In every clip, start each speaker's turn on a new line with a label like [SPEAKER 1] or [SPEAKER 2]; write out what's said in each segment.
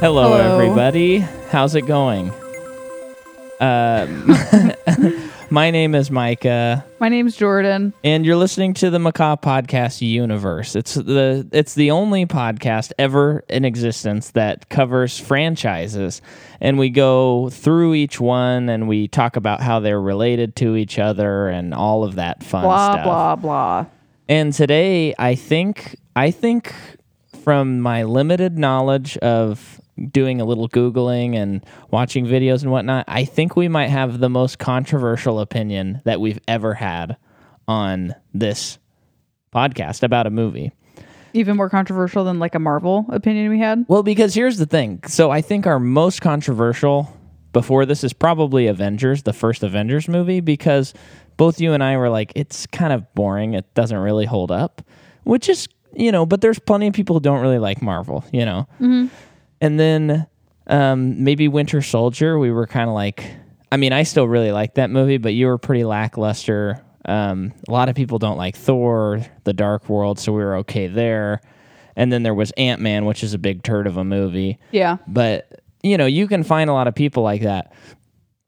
[SPEAKER 1] Hello,
[SPEAKER 2] Hello.
[SPEAKER 1] everybody. How's it going? Um, my name is Micah,
[SPEAKER 2] My name's Jordan.
[SPEAKER 1] and you're listening to the Macaw Podcast Universe. It's the it's the only podcast ever in existence that covers franchises, and we go through each one and we talk about how they're related to each other and all of that fun
[SPEAKER 2] Blah
[SPEAKER 1] stuff.
[SPEAKER 2] blah blah.
[SPEAKER 1] And today, I think, I think, from my limited knowledge of doing a little googling and watching videos and whatnot, I think we might have the most controversial opinion that we've ever had on this podcast about a movie.
[SPEAKER 2] Even more controversial than like a Marvel opinion we had.
[SPEAKER 1] Well, because here's the thing. So I think our most controversial before this is probably Avengers, the first Avengers movie, because both you and I were like, it's kind of boring. It doesn't really hold up, which is, you know, but there's plenty of people who don't really like Marvel, you know? And then um, maybe Winter Soldier, we were kind of like, I mean, I still really like that movie, but you were pretty lackluster. Um, a lot of people don't like Thor, The Dark World, so we were okay there. And then there was Ant Man, which is a big turd of a movie.
[SPEAKER 2] Yeah.
[SPEAKER 1] But, you know, you can find a lot of people like that.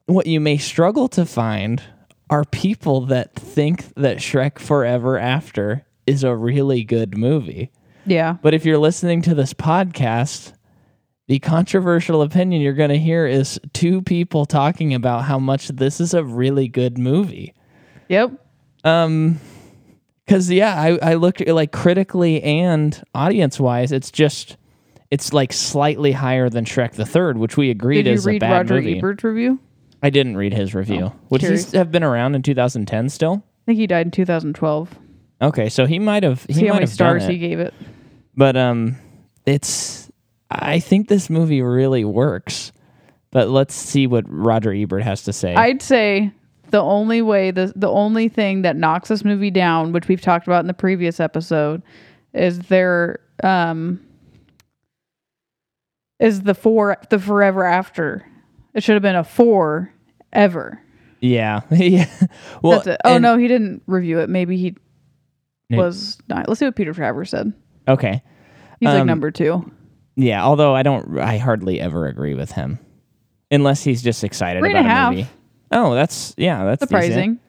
[SPEAKER 1] What you may struggle to find are people that think that Shrek Forever After is a really good movie.
[SPEAKER 2] Yeah.
[SPEAKER 1] But if you're listening to this podcast, the controversial opinion you're going to hear is two people talking about how much this is a really good movie.
[SPEAKER 2] Yep.
[SPEAKER 1] Because, yeah, I, I looked at, like critically and audience wise, it's just, it's like slightly higher than Shrek the Third, which we agreed
[SPEAKER 2] Did you
[SPEAKER 1] is a
[SPEAKER 2] read
[SPEAKER 1] bad
[SPEAKER 2] Roger
[SPEAKER 1] movie.
[SPEAKER 2] Ebert's review?
[SPEAKER 1] I didn't read his review. Would
[SPEAKER 2] curious.
[SPEAKER 1] he have been around in 2010 still?
[SPEAKER 2] I think he died in 2012.
[SPEAKER 1] Okay, so he might have. He
[SPEAKER 2] See
[SPEAKER 1] might
[SPEAKER 2] how many
[SPEAKER 1] have done
[SPEAKER 2] stars
[SPEAKER 1] it.
[SPEAKER 2] he gave it.
[SPEAKER 1] but um it's i think this movie really works but let's see what roger ebert has to say
[SPEAKER 2] I'd say the only way the the only thing that knocks this movie down, which we've talked about in the previous episode, is their um is the four the forever after. It should have been a four ever.
[SPEAKER 1] yeah yeah well
[SPEAKER 2] That's it. Oh
[SPEAKER 1] and-
[SPEAKER 2] no, he didn't review it. Maybe he
[SPEAKER 1] Yeah.
[SPEAKER 2] was not. Let's see what Peter Travers said.
[SPEAKER 1] okay
[SPEAKER 2] He's like
[SPEAKER 1] Um,
[SPEAKER 2] number two.
[SPEAKER 1] yeah although i don't i hardly ever agree with him unless he's just excited
[SPEAKER 2] Three and
[SPEAKER 1] about
[SPEAKER 2] a
[SPEAKER 1] a,
[SPEAKER 2] half.
[SPEAKER 1] movie oh that's yeah that's decent.
[SPEAKER 2] Surprising.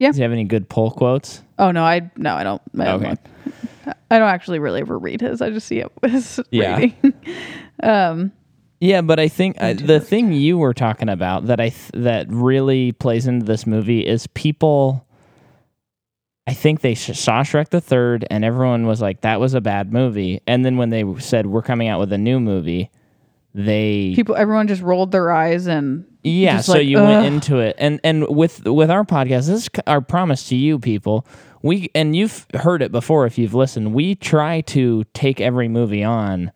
[SPEAKER 1] does he have any good poll quotes
[SPEAKER 2] Oh no, I no, I don't. I don't,
[SPEAKER 1] Okay.
[SPEAKER 2] look. I don't actually really ever read his. I just see it his
[SPEAKER 1] Yeah.
[SPEAKER 2] rating. um,
[SPEAKER 1] yeah but i think uh, the thing you were talking about that i th- that really plays into this movie is people I think they sh- saw Shrek the Third, and everyone was like, "That was a bad movie." And then when they said, "We're coming out with a new movie," they
[SPEAKER 2] people, everyone just rolled their eyes and
[SPEAKER 1] yeah.
[SPEAKER 2] just
[SPEAKER 1] So
[SPEAKER 2] like,
[SPEAKER 1] you
[SPEAKER 2] "Ugh."
[SPEAKER 1] went into it, and and with with our podcast, this is c- our promise to you people. We and you've heard it before if you've listened. We try to take every movie on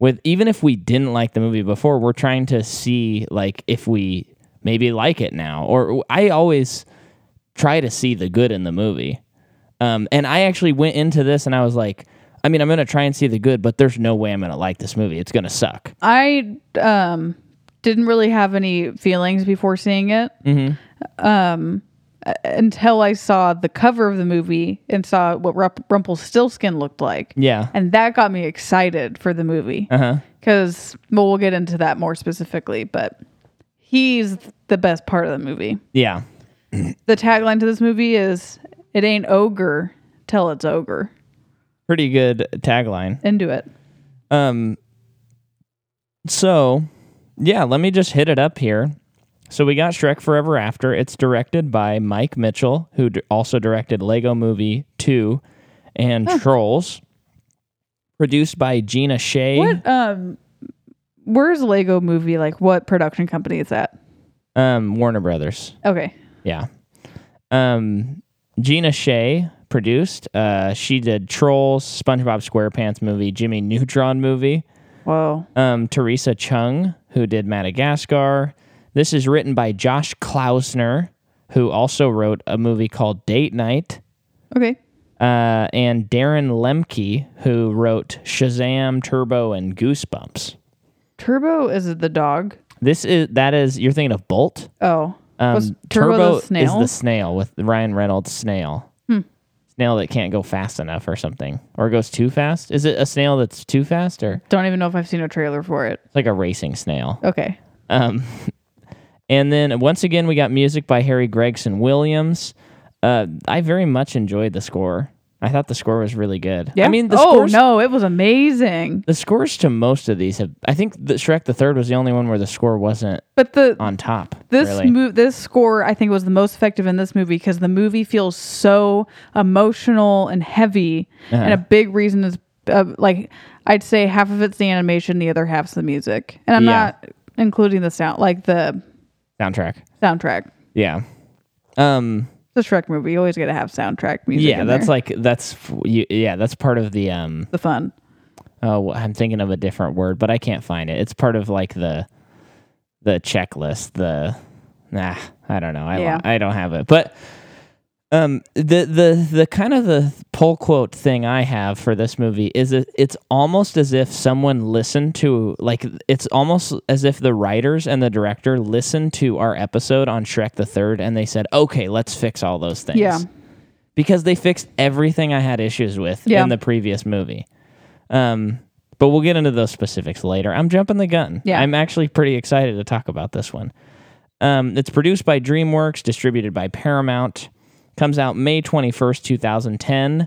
[SPEAKER 1] with even if we didn't like the movie before, we're trying to see like if we maybe like it now. Or I always try to see the good in the movie. Um, and I actually went into this and I was like, I mean, I'm gonna try and see the good, but there's no way I'm gonna like this movie. It's gonna suck.
[SPEAKER 2] I um didn't really have any feelings before seeing it. Um
[SPEAKER 1] Mm-hmm.
[SPEAKER 2] uh, until I saw the cover of the movie and saw what Rup- Rumpelstiltskin looked like.
[SPEAKER 1] Yeah.
[SPEAKER 2] And that got me excited for the movie.
[SPEAKER 1] Uh-huh.
[SPEAKER 2] Cuz well, we'll get into that more specifically, but he's the best part of the movie.
[SPEAKER 1] Yeah.
[SPEAKER 2] The tagline to this movie is it ain't ogre till it's ogre.
[SPEAKER 1] Pretty good tagline.
[SPEAKER 2] Into it.
[SPEAKER 1] Um, so, yeah, let me just hit it up here. So we got Shrek Forever After. It's directed by Mike Mitchell, who d- also directed Lego Movie 2 and Trolls. Produced by Gina Shea.
[SPEAKER 2] What um where's Lego movie like what production company is that?
[SPEAKER 1] Um, Warner Brothers.
[SPEAKER 2] Okay.
[SPEAKER 1] Yeah. Um, Gina Shea produced. Uh, she did Trolls, SpongeBob SquarePants movie, Jimmy Neutron movie.
[SPEAKER 2] Whoa.
[SPEAKER 1] um, Teresa Chung, who did Madagascar. This is written by Josh Klausner, who also wrote a movie called Date Night,
[SPEAKER 2] Okay.
[SPEAKER 1] uh, and Darren Lemke, who wrote Shazam, Turbo, and Goosebumps.
[SPEAKER 2] Turbo is the dog.
[SPEAKER 1] This is that is you're thinking of Bolt.
[SPEAKER 2] Oh.
[SPEAKER 1] Um,
[SPEAKER 2] Was Turbo the
[SPEAKER 1] is
[SPEAKER 2] snail? Hmm.
[SPEAKER 1] the snail with Ryan Reynolds snail. snail that can't go fast enough or something, or goes too fast. Is it a snail that's too fast, or
[SPEAKER 2] Don't even know if I've seen a trailer for it.
[SPEAKER 1] like a racing snail?
[SPEAKER 2] Okay.
[SPEAKER 1] And then once again, we got music by Harry Gregson Williams. Uh, I very much enjoyed the score. I thought the score was really good. I mean, the
[SPEAKER 2] oh
[SPEAKER 1] scores,
[SPEAKER 2] no, it was amazing.
[SPEAKER 1] the scores to most of these have. I think the Shrek the Third was the only one where the score wasn't
[SPEAKER 2] But the
[SPEAKER 1] on top.
[SPEAKER 2] this
[SPEAKER 1] really.
[SPEAKER 2] mo- this score I think was the most effective in this movie because the movie feels so emotional and heavy, and
[SPEAKER 1] Uh-huh.
[SPEAKER 2] a big reason is uh, like I'd say half of it's the animation, the other half's the music, and I'm
[SPEAKER 1] Yeah.
[SPEAKER 2] not including the sound like the
[SPEAKER 1] soundtrack.
[SPEAKER 2] soundtrack.
[SPEAKER 1] Yeah. Um.
[SPEAKER 2] The Shrek movie you always got to have soundtrack music.
[SPEAKER 1] Yeah,
[SPEAKER 2] in
[SPEAKER 1] that's
[SPEAKER 2] there.
[SPEAKER 1] like that's f- you, yeah, that's part of the um.
[SPEAKER 2] the fun.
[SPEAKER 1] Oh, I'm thinking of a different word, but I can't find it. It's part of like the the checklist. The nah, I don't know. I lo-
[SPEAKER 2] Yeah.
[SPEAKER 1] I don't have it, but um, the the the kind of the pull quote thing I have for this movie is it, it's almost as if someone listened to like it's almost as if the writers and the director listened to our episode on Shrek the Third and they said, okay, let's fix all those things
[SPEAKER 2] Yeah.
[SPEAKER 1] because they fixed everything I had issues with
[SPEAKER 2] Yeah.
[SPEAKER 1] in the previous movie. Um, but we'll get into those specifics later. I'm jumping the gun.
[SPEAKER 2] Yeah.
[SPEAKER 1] I'm actually pretty excited to talk about this one. Um, it's produced by DreamWorks, distributed by Paramount. Comes out May 21st, 2010.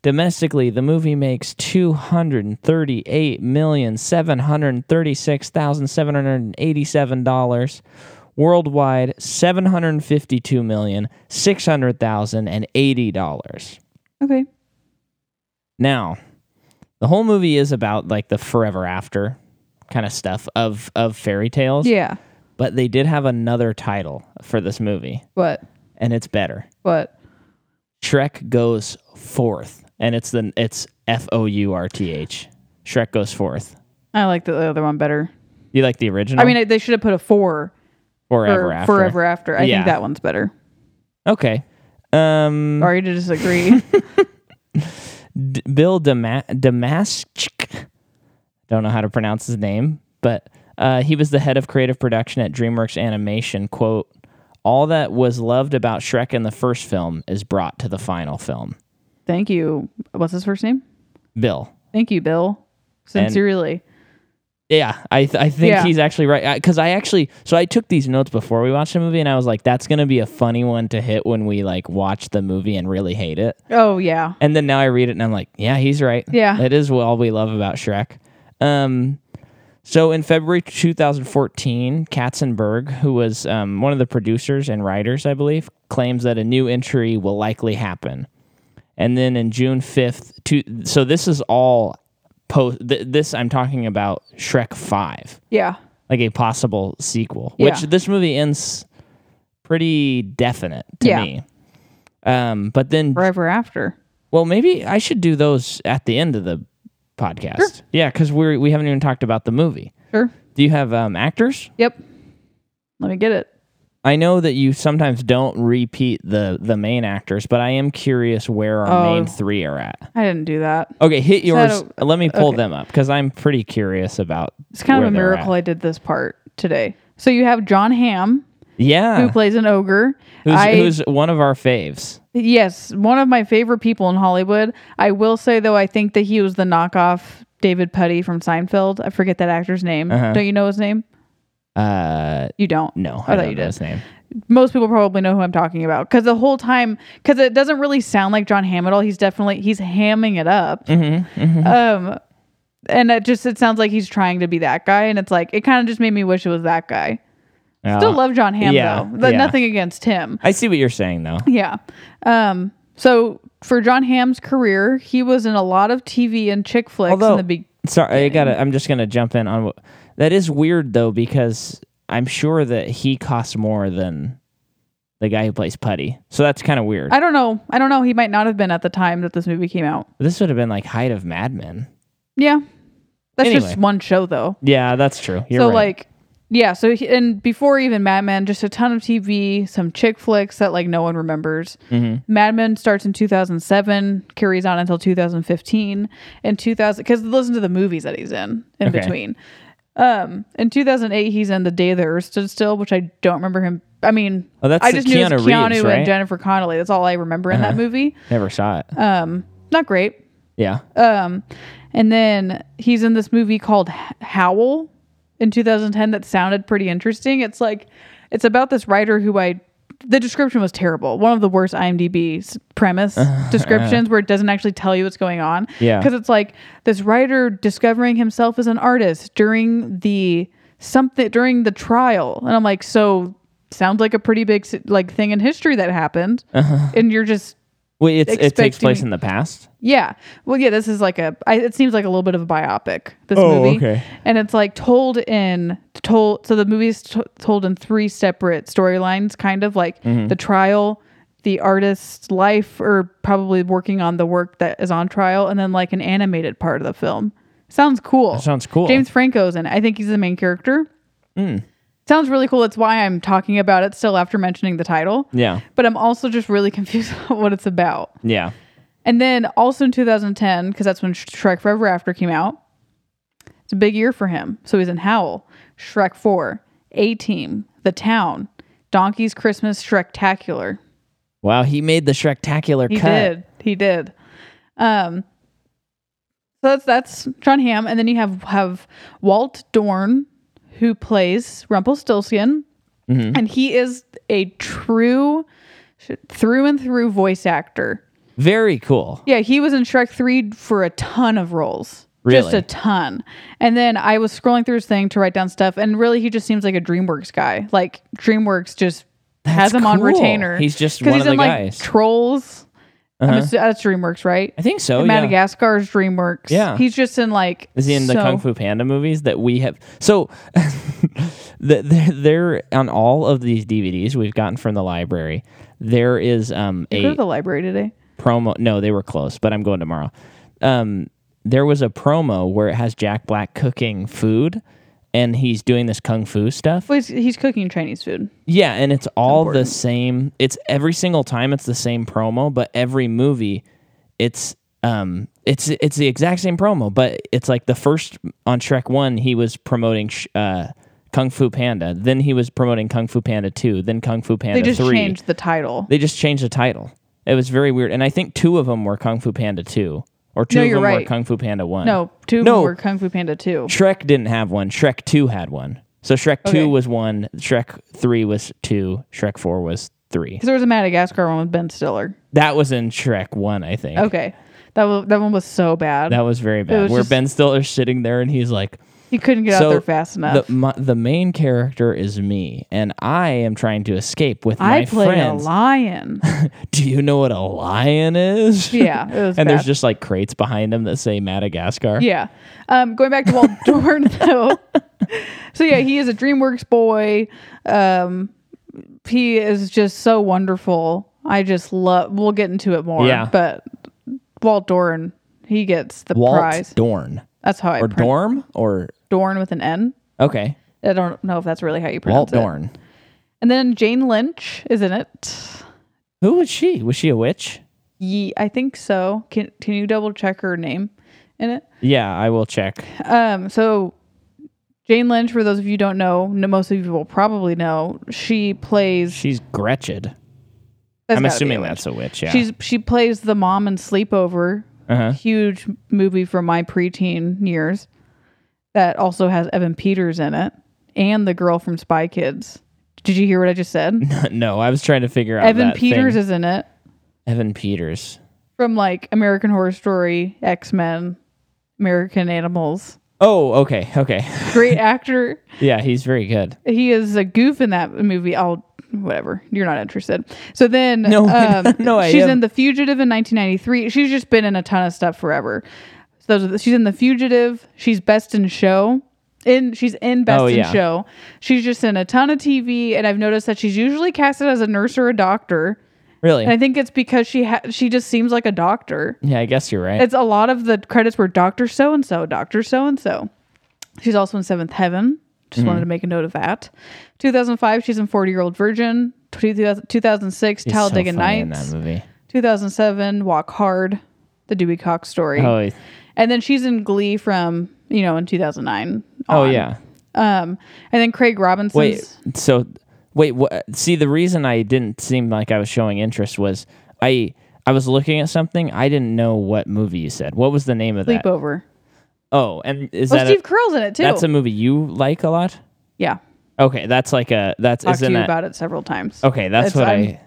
[SPEAKER 1] Domestically, the movie makes two hundred thirty-eight million seven hundred thirty-six thousand seven hundred eighty-seven dollars. Worldwide, seven hundred fifty-two million six hundred thousand and eighty dollars.
[SPEAKER 2] Okay.
[SPEAKER 1] Now, the whole movie is about like the forever after kind of stuff of of fairy tales.
[SPEAKER 2] Yeah.
[SPEAKER 1] But they did have another title for this movie,
[SPEAKER 2] What?
[SPEAKER 1] and it's better.
[SPEAKER 2] What?
[SPEAKER 1] Shrek goes forth, and it's the it's F O U R T H. Shrek goes forth.
[SPEAKER 2] I like the other one better.
[SPEAKER 1] You like the original?
[SPEAKER 2] I mean, they should have put a four for
[SPEAKER 1] forever
[SPEAKER 2] forever
[SPEAKER 1] after.
[SPEAKER 2] after. I
[SPEAKER 1] Yeah.
[SPEAKER 2] think that one's better.
[SPEAKER 1] Okay. Um,
[SPEAKER 2] Sorry to disagree.
[SPEAKER 1] D- Bill Dama- Damaschik. Don't know how to pronounce his name, but uh, he was the head of creative production at DreamWorks Animation. Quote: All that was loved about Shrek in the first film is brought to the final film.
[SPEAKER 2] Thank you. What's his first name?
[SPEAKER 1] Bill.
[SPEAKER 2] Thank you, Bill. Sincerely.
[SPEAKER 1] Yeah, I th- I think
[SPEAKER 2] Yeah.
[SPEAKER 1] he's actually right because I actually so I took these notes before we watched the movie and I was like that's gonna be a funny one to hit when we like watch the movie and really hate it
[SPEAKER 2] oh yeah.
[SPEAKER 1] and then now I read it and I'm like yeah he's right
[SPEAKER 2] Yeah.
[SPEAKER 1] it is what all we love about Shrek um so in February 2014 Katzenberg who was um, one of the producers and writers I believe claims that a new entry will likely happen and then in June 5th to so this is all post th- this I'm talking about Shrek 5
[SPEAKER 2] Yeah.
[SPEAKER 1] like a possible sequel,
[SPEAKER 2] Yeah.
[SPEAKER 1] which this movie ends pretty definite to
[SPEAKER 2] Yeah.
[SPEAKER 1] me. Um, but then,
[SPEAKER 2] Forever after.
[SPEAKER 1] well, maybe I should do those at the end of the podcast. Yeah, because we we haven't even talked about the movie.
[SPEAKER 2] Sure.
[SPEAKER 1] Do you have um, actors?
[SPEAKER 2] Yep. Let me get it.
[SPEAKER 1] I know that you sometimes don't repeat the the main actors, but I am curious where our
[SPEAKER 2] Oh.
[SPEAKER 1] main three are at.
[SPEAKER 2] I didn't do that.
[SPEAKER 1] Okay, hit
[SPEAKER 2] that
[SPEAKER 1] yours. Let me pull them up because I'm pretty curious about.
[SPEAKER 2] It's kind
[SPEAKER 1] where
[SPEAKER 2] of a
[SPEAKER 1] they're
[SPEAKER 2] miracle
[SPEAKER 1] at.
[SPEAKER 2] I did this part today. So you have John Hamm
[SPEAKER 1] Yeah,
[SPEAKER 2] who plays an ogre.
[SPEAKER 1] Ah. who's,
[SPEAKER 2] I
[SPEAKER 1] who's one of our faves?
[SPEAKER 2] yes, one of my favorite people in Hollywood. I will say though, I think that he was the knockoff David Putty from Seinfeld. I forget that actor's name. Don't you know his name?
[SPEAKER 1] Uh,
[SPEAKER 2] You don't.
[SPEAKER 1] Uh-huh. no,
[SPEAKER 2] I
[SPEAKER 1] I,
[SPEAKER 2] thought
[SPEAKER 1] don't
[SPEAKER 2] you
[SPEAKER 1] know
[SPEAKER 2] did.
[SPEAKER 1] his name.
[SPEAKER 2] most people probably know who I'm talking about because the whole time because it doesn't really sound like John Hamm at all. He's definitely he's hamming it up,
[SPEAKER 1] Mm-hmm,
[SPEAKER 2] um, and it just it sounds like he's trying to be that guy, and it's like it kind of just made me wish it was that guy. Still
[SPEAKER 1] Uh,
[SPEAKER 2] love John Hamm
[SPEAKER 1] yeah,
[SPEAKER 2] though, but
[SPEAKER 1] yeah.
[SPEAKER 2] nothing against him.
[SPEAKER 1] I see what you're saying though.
[SPEAKER 2] Yeah. Um. So for John Hamm's career, he was in a lot of TV and chick flicks in
[SPEAKER 1] Although-
[SPEAKER 2] the be-
[SPEAKER 1] Sorry, I gotta. I'm just gonna jump in on. what- That is weird though because I'm sure that he costs more than the guy who plays Putty. So that's kind of weird.
[SPEAKER 2] I don't know. I don't know. He might not have been at the time that this movie came out.
[SPEAKER 1] this would have been like height of Mad Men.
[SPEAKER 2] Yeah. That's just
[SPEAKER 1] Anyway.
[SPEAKER 2] one show though.
[SPEAKER 1] Yeah, that's true. You're
[SPEAKER 2] so
[SPEAKER 1] right.
[SPEAKER 2] like yeah so he, and before even mad men just a ton of tv some chick flicks that like no one remembers
[SPEAKER 1] Mm-hmm.
[SPEAKER 2] mad men starts in 2007 carries on until 2015 and 2000 because listen to the movies that he's in in
[SPEAKER 1] Okay.
[SPEAKER 2] between um in 2008 he's in the day the earth stood still which i don't remember him I mean,
[SPEAKER 1] Oh, that's
[SPEAKER 2] I
[SPEAKER 1] the
[SPEAKER 2] just knew it
[SPEAKER 1] Keanu
[SPEAKER 2] was Keanu
[SPEAKER 1] Reeves,
[SPEAKER 2] and
[SPEAKER 1] right? Uh-huh.
[SPEAKER 2] Jennifer Connelly. That's all I remember in that movie.
[SPEAKER 1] Never saw it.
[SPEAKER 2] Um, not great.
[SPEAKER 1] yeah.
[SPEAKER 2] Um, and then he's in this movie called H- Howl in 2010 that sounded pretty interesting. It's like it's about this writer who I the description was terrible. One of the worst IMDb s- premise descriptions where it doesn't actually tell you what's going on.
[SPEAKER 1] Yeah.
[SPEAKER 2] Because it's like this writer discovering himself as an artist during the something during the trial. And I'm like, so sounds like a pretty big s- like thing in history that happened. And you're just
[SPEAKER 1] Wait, it's, it takes
[SPEAKER 2] Expecting-
[SPEAKER 1] place in the past.
[SPEAKER 2] yeah. Well, yeah, this is like a. I, it seems like a little bit of a biopic. This
[SPEAKER 1] Oh,
[SPEAKER 2] movie,
[SPEAKER 1] okay.
[SPEAKER 2] and it's like told in told. So the movie is t- told in three separate storylines, kind of like
[SPEAKER 1] Mm-hmm.
[SPEAKER 2] the trial, the artist's life, or probably working on the work that is on trial, and then like an animated part of the film. Sounds cool.
[SPEAKER 1] That sounds cool. Mm.
[SPEAKER 2] James Franco's in. it. I think he's the main character. Sounds really cool. That's why I'm talking about it still after mentioning the title.
[SPEAKER 1] Yeah.
[SPEAKER 2] But I'm also just really confused about what it's about.
[SPEAKER 1] Yeah.
[SPEAKER 2] And then also in 2010, because that's when Sh- Shrek Forever After came out. It's a big year for him. So he's in Howl, Shrek 4, A Team, The Town, Donkey's Christmas, Shrektacular.
[SPEAKER 1] Wow, he made the Shrektacular
[SPEAKER 2] He
[SPEAKER 1] cut.
[SPEAKER 2] did. He did. Um, so that's that's John Hamm, and then you have have Walt Dorn, who plays Rumpelstiltskin, and he is a true sh- through and through voice actor.
[SPEAKER 1] Very cool.
[SPEAKER 2] Yeah, he was in Shrek 3 for a ton of roles. Just
[SPEAKER 1] Really?
[SPEAKER 2] a ton. And then I was scrolling through his thing to write down stuff, and really, he just seems like a DreamWorks guy. Like, DreamWorks just has
[SPEAKER 1] That's
[SPEAKER 2] him on
[SPEAKER 1] cool.
[SPEAKER 2] retainer.
[SPEAKER 1] He's just
[SPEAKER 2] 'Cause
[SPEAKER 1] one
[SPEAKER 2] he's
[SPEAKER 1] of
[SPEAKER 2] in,
[SPEAKER 1] the
[SPEAKER 2] like,
[SPEAKER 1] guys. Uh-huh.
[SPEAKER 2] Trolls. I'm assu- that's DreamWorks, right?
[SPEAKER 1] I think so.
[SPEAKER 2] And
[SPEAKER 1] yeah.
[SPEAKER 2] Madagascar's DreamWorks.
[SPEAKER 1] Yeah.
[SPEAKER 2] He's just in, like,
[SPEAKER 1] Is he in the
[SPEAKER 2] so-
[SPEAKER 1] Kung Fu Panda movies that we have? So, the, the, there on all of these DVDs we've gotten from the library, there is um,
[SPEAKER 2] Go to
[SPEAKER 1] a
[SPEAKER 2] the library today.
[SPEAKER 1] promo. No, they were close, but I'm going tomorrow. Um, there was a promo where it has Jack Black cooking food, and he's doing this kung fu stuff.
[SPEAKER 2] Well, he's, he's cooking Chinese food.
[SPEAKER 1] Yeah, and it's all the same. It's every single time it's the same promo, but every movie it's um it's it's the exact same promo, but it's like the first on Shrek 1 he was promoting sh- uh Kung Fu Panda, then he was promoting Kung Fu Panda 2, then Kung Fu Panda
[SPEAKER 2] They just
[SPEAKER 1] 3.
[SPEAKER 2] changed the title.
[SPEAKER 1] They just changed the title. It was very weird. And I think two of them were Kung Fu Panda 2 or two
[SPEAKER 2] No,
[SPEAKER 1] of
[SPEAKER 2] you're
[SPEAKER 1] them were
[SPEAKER 2] right.
[SPEAKER 1] Kung Fu Panda 1.
[SPEAKER 2] no, two of
[SPEAKER 1] No.
[SPEAKER 2] them were Kung Fu Panda 2.
[SPEAKER 1] Shrek didn't have one. Shrek 2 had one. So Shrek 2
[SPEAKER 2] Okay.
[SPEAKER 1] was one, Shrek 3 was 2, Shrek 4 was 3.
[SPEAKER 2] Because there was a Madagascar one with Ben Stiller.
[SPEAKER 1] That was in Shrek 1, I think.
[SPEAKER 2] Okay. That, wa- that one was so bad.
[SPEAKER 1] That was very bad.
[SPEAKER 2] was
[SPEAKER 1] Where
[SPEAKER 2] just-
[SPEAKER 1] Ben Stiller's sitting there and he's like,
[SPEAKER 2] He couldn't get out there fast enough.
[SPEAKER 1] The, my, the main character is me, and I am trying to escape with
[SPEAKER 2] I
[SPEAKER 1] my
[SPEAKER 2] played
[SPEAKER 1] friends.
[SPEAKER 2] a lion.
[SPEAKER 1] Do you know what a lion is?
[SPEAKER 2] Yeah, it was
[SPEAKER 1] and
[SPEAKER 2] bad.
[SPEAKER 1] there's just like crates behind him that say Madagascar.
[SPEAKER 2] yeah. Um, going back to Walt Dorn though. So yeah, he is a DreamWorks boy. Um, he is just so wonderful. I just love. We'll get into it more.
[SPEAKER 1] Yeah.
[SPEAKER 2] But Walt Dorn, he gets the
[SPEAKER 1] Walt
[SPEAKER 2] prize.
[SPEAKER 1] Dorn.
[SPEAKER 2] That's how I
[SPEAKER 1] Or
[SPEAKER 2] pronounce
[SPEAKER 1] Dorm? Or,
[SPEAKER 2] Dorn with an N.
[SPEAKER 1] okay.
[SPEAKER 2] I don't know if that's really how you pronounce
[SPEAKER 1] Walt
[SPEAKER 2] it.
[SPEAKER 1] Dorn.
[SPEAKER 2] And then Jane Lynch is in it.
[SPEAKER 1] Who was she? Was she a witch?
[SPEAKER 2] Ye, I think so. Can can you double check her name in it?
[SPEAKER 1] Yeah, I will check.
[SPEAKER 2] Um, so Jane Lynch, for those of you who don't know, no, most of you will probably know, she plays.
[SPEAKER 1] She's Gretchen.
[SPEAKER 2] that's
[SPEAKER 1] I'm
[SPEAKER 2] gotta be
[SPEAKER 1] assuming
[SPEAKER 2] a
[SPEAKER 1] that's a witch. Yeah.
[SPEAKER 2] witch. She's she plays the mom in Sleepover,
[SPEAKER 1] Uh-huh.
[SPEAKER 2] huge movie from my preteen years, that also has Evan Peters in it, and the girl from Spy Kids. Did you hear what I just said?
[SPEAKER 1] no, I was trying to figure out
[SPEAKER 2] Evan
[SPEAKER 1] that
[SPEAKER 2] Peters
[SPEAKER 1] thing.
[SPEAKER 2] is in it
[SPEAKER 1] Evan Peters.
[SPEAKER 2] from like American Horror Story, X Men, American Animals.
[SPEAKER 1] Oh, okay, okay.
[SPEAKER 2] Great actor.
[SPEAKER 1] Yeah, he's very good.
[SPEAKER 2] he is a goof in that movie. I'll whatever. You're not interested. So then,
[SPEAKER 1] No,
[SPEAKER 2] um,
[SPEAKER 1] no, I
[SPEAKER 2] she's
[SPEAKER 1] am.
[SPEAKER 2] in The Fugitive in 1993. She's just been in a ton of stuff forever. So those are the- she's in The Fugitive. She's Best in Show. In she's in Best
[SPEAKER 1] Oh,
[SPEAKER 2] in
[SPEAKER 1] yeah.
[SPEAKER 2] Show. She's just in a ton of TV, and I've noticed that she's usually casted as a nurse or a doctor.
[SPEAKER 1] Really?
[SPEAKER 2] And I think it's because she ha- she just seems like a doctor.
[SPEAKER 1] yeah, I guess you're right.
[SPEAKER 2] It's a lot of the credits were Doctor So and So, Doctor So and So. She's also in Seventh Heaven. Just wanted
[SPEAKER 1] Mm-hmm.
[SPEAKER 2] to make a note of that. 2005, she's in 40 Year Old Virgin. 2000 2006,
[SPEAKER 1] He's so
[SPEAKER 2] Talladega
[SPEAKER 1] funny in that
[SPEAKER 2] Nights.
[SPEAKER 1] movie.
[SPEAKER 2] 2007, Walk Hard, The Dewey Cox Story.
[SPEAKER 1] Oh, he-
[SPEAKER 2] And then she's in Glee from, you know, in 2009.
[SPEAKER 1] oh
[SPEAKER 2] on.
[SPEAKER 1] yeah.
[SPEAKER 2] Um, and then Craig Robinson's.
[SPEAKER 1] Wait, so Wait, what? See, the reason I didn't seem like I was showing interest was I I was looking at something. I didn't know what movie you said. What was the name of that?
[SPEAKER 2] Sleepover.
[SPEAKER 1] Oh, and is
[SPEAKER 2] Oh,
[SPEAKER 1] that
[SPEAKER 2] Steve
[SPEAKER 1] a,
[SPEAKER 2] Carell's in it too.
[SPEAKER 1] that's a movie you like a lot?
[SPEAKER 2] yeah,
[SPEAKER 1] Okay, that's like a that's
[SPEAKER 2] talked to
[SPEAKER 1] isn't
[SPEAKER 2] you
[SPEAKER 1] that
[SPEAKER 2] about it several times.
[SPEAKER 1] okay? That's
[SPEAKER 2] It's-
[SPEAKER 1] what
[SPEAKER 2] I'm-
[SPEAKER 1] I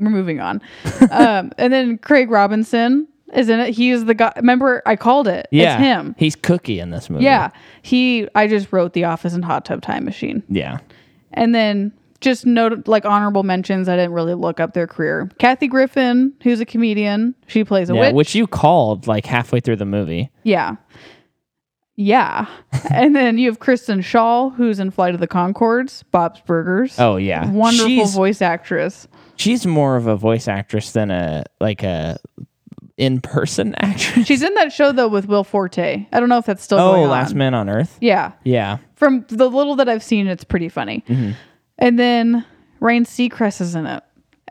[SPEAKER 2] We're moving on. um, and then Craig Robinson is in it. He is the guy. Remember, I called it.
[SPEAKER 1] yeah
[SPEAKER 2] It's him.
[SPEAKER 1] He's Cookie in this movie.
[SPEAKER 2] Yeah, he. I just wrote The Office and Hot Tub Time Machine,
[SPEAKER 1] yeah.
[SPEAKER 2] and then just note like honorable mentions. I didn't really look up their career. Kathy Griffin, who's a comedian, she plays a
[SPEAKER 1] Yeah,
[SPEAKER 2] witch.
[SPEAKER 1] which you called like halfway through the movie.
[SPEAKER 2] yeah, yeah. and then you have Kristen Shaw, who's in Flight of the Concords, Bob's Burgers.
[SPEAKER 1] Oh yeah,
[SPEAKER 2] wonderful
[SPEAKER 1] She's,
[SPEAKER 2] voice actress.
[SPEAKER 1] she's more of a voice actress than a like a in person actress.
[SPEAKER 2] She's in that show though with Will Forte. I don't know if that's still
[SPEAKER 1] Oh,
[SPEAKER 2] going
[SPEAKER 1] Last
[SPEAKER 2] on.
[SPEAKER 1] Man on Earth.
[SPEAKER 2] Yeah,
[SPEAKER 1] Yeah,
[SPEAKER 2] from the little that I've seen, it's pretty funny.
[SPEAKER 1] Mm-hmm.
[SPEAKER 2] And then Ryan Seacrest is in it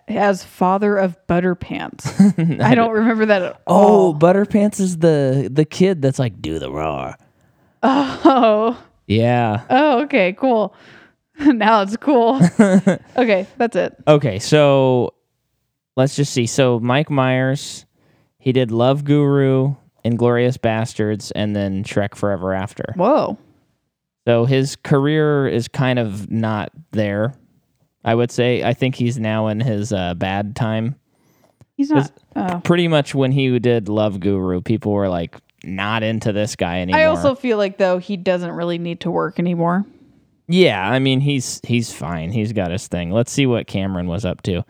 [SPEAKER 2] as father of Butterpants. I don't remember that at
[SPEAKER 1] Oh,
[SPEAKER 2] all.
[SPEAKER 1] Butterpants is the the kid that's like do the roar.
[SPEAKER 2] Oh,
[SPEAKER 1] Yeah.
[SPEAKER 2] oh, okay, cool. now it's cool. okay, that's it.
[SPEAKER 1] Okay, so let's just see. So Mike Myers, he did Love Guru, Inglorious Bastards, and then Shrek Forever After.
[SPEAKER 2] Whoa.
[SPEAKER 1] So his career is kind of not there. I would say I think he's now in his uh, bad time.
[SPEAKER 2] He's not. Oh.
[SPEAKER 1] Pretty much when he did Love Guru, people were like not into this guy anymore.
[SPEAKER 2] I also feel like though he doesn't really need to work anymore.
[SPEAKER 1] Yeah, I mean he's he's fine. He's got his thing. Let's see what Cameron was up to.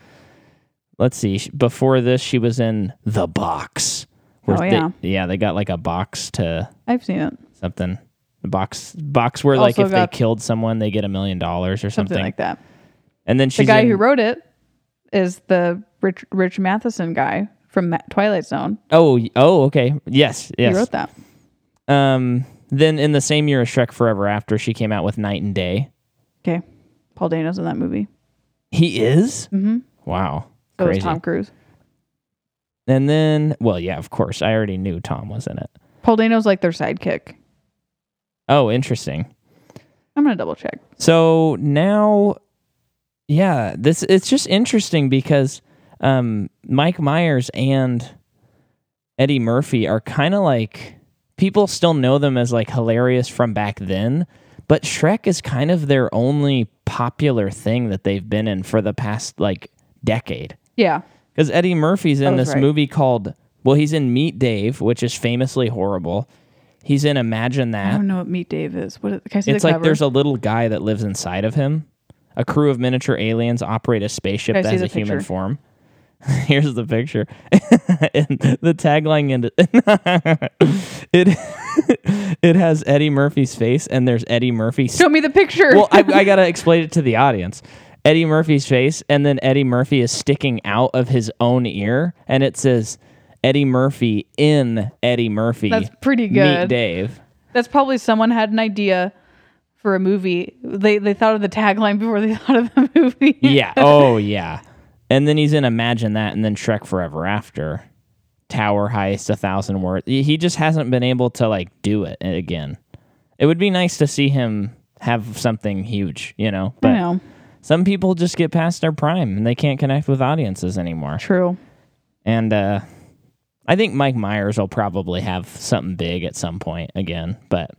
[SPEAKER 1] Let's see. Sh- Before this, she was in the box.
[SPEAKER 2] Oh,
[SPEAKER 1] they-
[SPEAKER 2] yeah.
[SPEAKER 1] yeah, they got like a box to
[SPEAKER 2] I've seen it.
[SPEAKER 1] something. The box box where like
[SPEAKER 2] Also
[SPEAKER 1] if
[SPEAKER 2] got-
[SPEAKER 1] they killed someone, they get a million dollars or
[SPEAKER 2] Something
[SPEAKER 1] something.
[SPEAKER 2] like that.
[SPEAKER 1] and then
[SPEAKER 2] The
[SPEAKER 1] she's
[SPEAKER 2] guy
[SPEAKER 1] in-
[SPEAKER 2] who wrote it is the Rich Rich Matheson guy from Ma- Twilight Zone.
[SPEAKER 1] oh y- oh okay yes
[SPEAKER 2] He
[SPEAKER 1] yes.
[SPEAKER 2] wrote that.
[SPEAKER 1] Um, then in the same year as Shrek Forever After, she came out with Night and Day.
[SPEAKER 2] Okay. Paul Dano's in that movie.
[SPEAKER 1] He is. Mm-hmm. Wow,
[SPEAKER 2] So was
[SPEAKER 1] crazy.
[SPEAKER 2] Tom Cruise.
[SPEAKER 1] And then well yeah, of course I already knew Tom was in it.
[SPEAKER 2] Paul Dano's like their sidekick.
[SPEAKER 1] Oh, interesting.
[SPEAKER 2] I'm gonna double check.
[SPEAKER 1] So now, yeah, this it's just interesting because um, Mike Myers and Eddie Murphy are kind of like people still know them as like hilarious from back then, but Shrek is kind of their only popular thing that they've been in for the past like decade.
[SPEAKER 2] Yeah.
[SPEAKER 1] Because Eddie Murphy's in
[SPEAKER 2] That was
[SPEAKER 1] this
[SPEAKER 2] right.
[SPEAKER 1] movie called well, he's in Meet Dave, which is famously horrible. He's in Imagine That
[SPEAKER 2] I don't know what Meet Dave is. What is, can I see
[SPEAKER 1] it's
[SPEAKER 2] the
[SPEAKER 1] like
[SPEAKER 2] cover?
[SPEAKER 1] there's a little guy that lives inside of him. A crew of miniature aliens operate a spaceship
[SPEAKER 2] Can I
[SPEAKER 1] that
[SPEAKER 2] see
[SPEAKER 1] has a
[SPEAKER 2] the
[SPEAKER 1] human
[SPEAKER 2] picture?
[SPEAKER 1] form. Here's the picture. and the tagline and it it has Eddie Murphy's face and there's Eddie Murphy's
[SPEAKER 2] Show me the picture.
[SPEAKER 1] well, I, I gotta explain it to the audience. Eddie Murphy's face, and then Eddie Murphy is sticking out of his own ear, and it says Eddie Murphy in Eddie Murphy.
[SPEAKER 2] That's pretty
[SPEAKER 1] Meet
[SPEAKER 2] good.
[SPEAKER 1] Dave.
[SPEAKER 2] That's probably someone had an idea for a movie. They they thought of the tagline before they thought of the movie.
[SPEAKER 1] yeah. Oh, yeah. And then he's in Imagine That and then Shrek Forever After. Tower Heist, A Thousand Words. He he just hasn't been able to, like, do it again. It would be nice to see him have something huge, you know?
[SPEAKER 2] I
[SPEAKER 1] But
[SPEAKER 2] know.
[SPEAKER 1] some people just get past their prime and they can't connect with audiences anymore.
[SPEAKER 2] True.
[SPEAKER 1] And uh, I think Mike Myers will probably have something big at some point again. But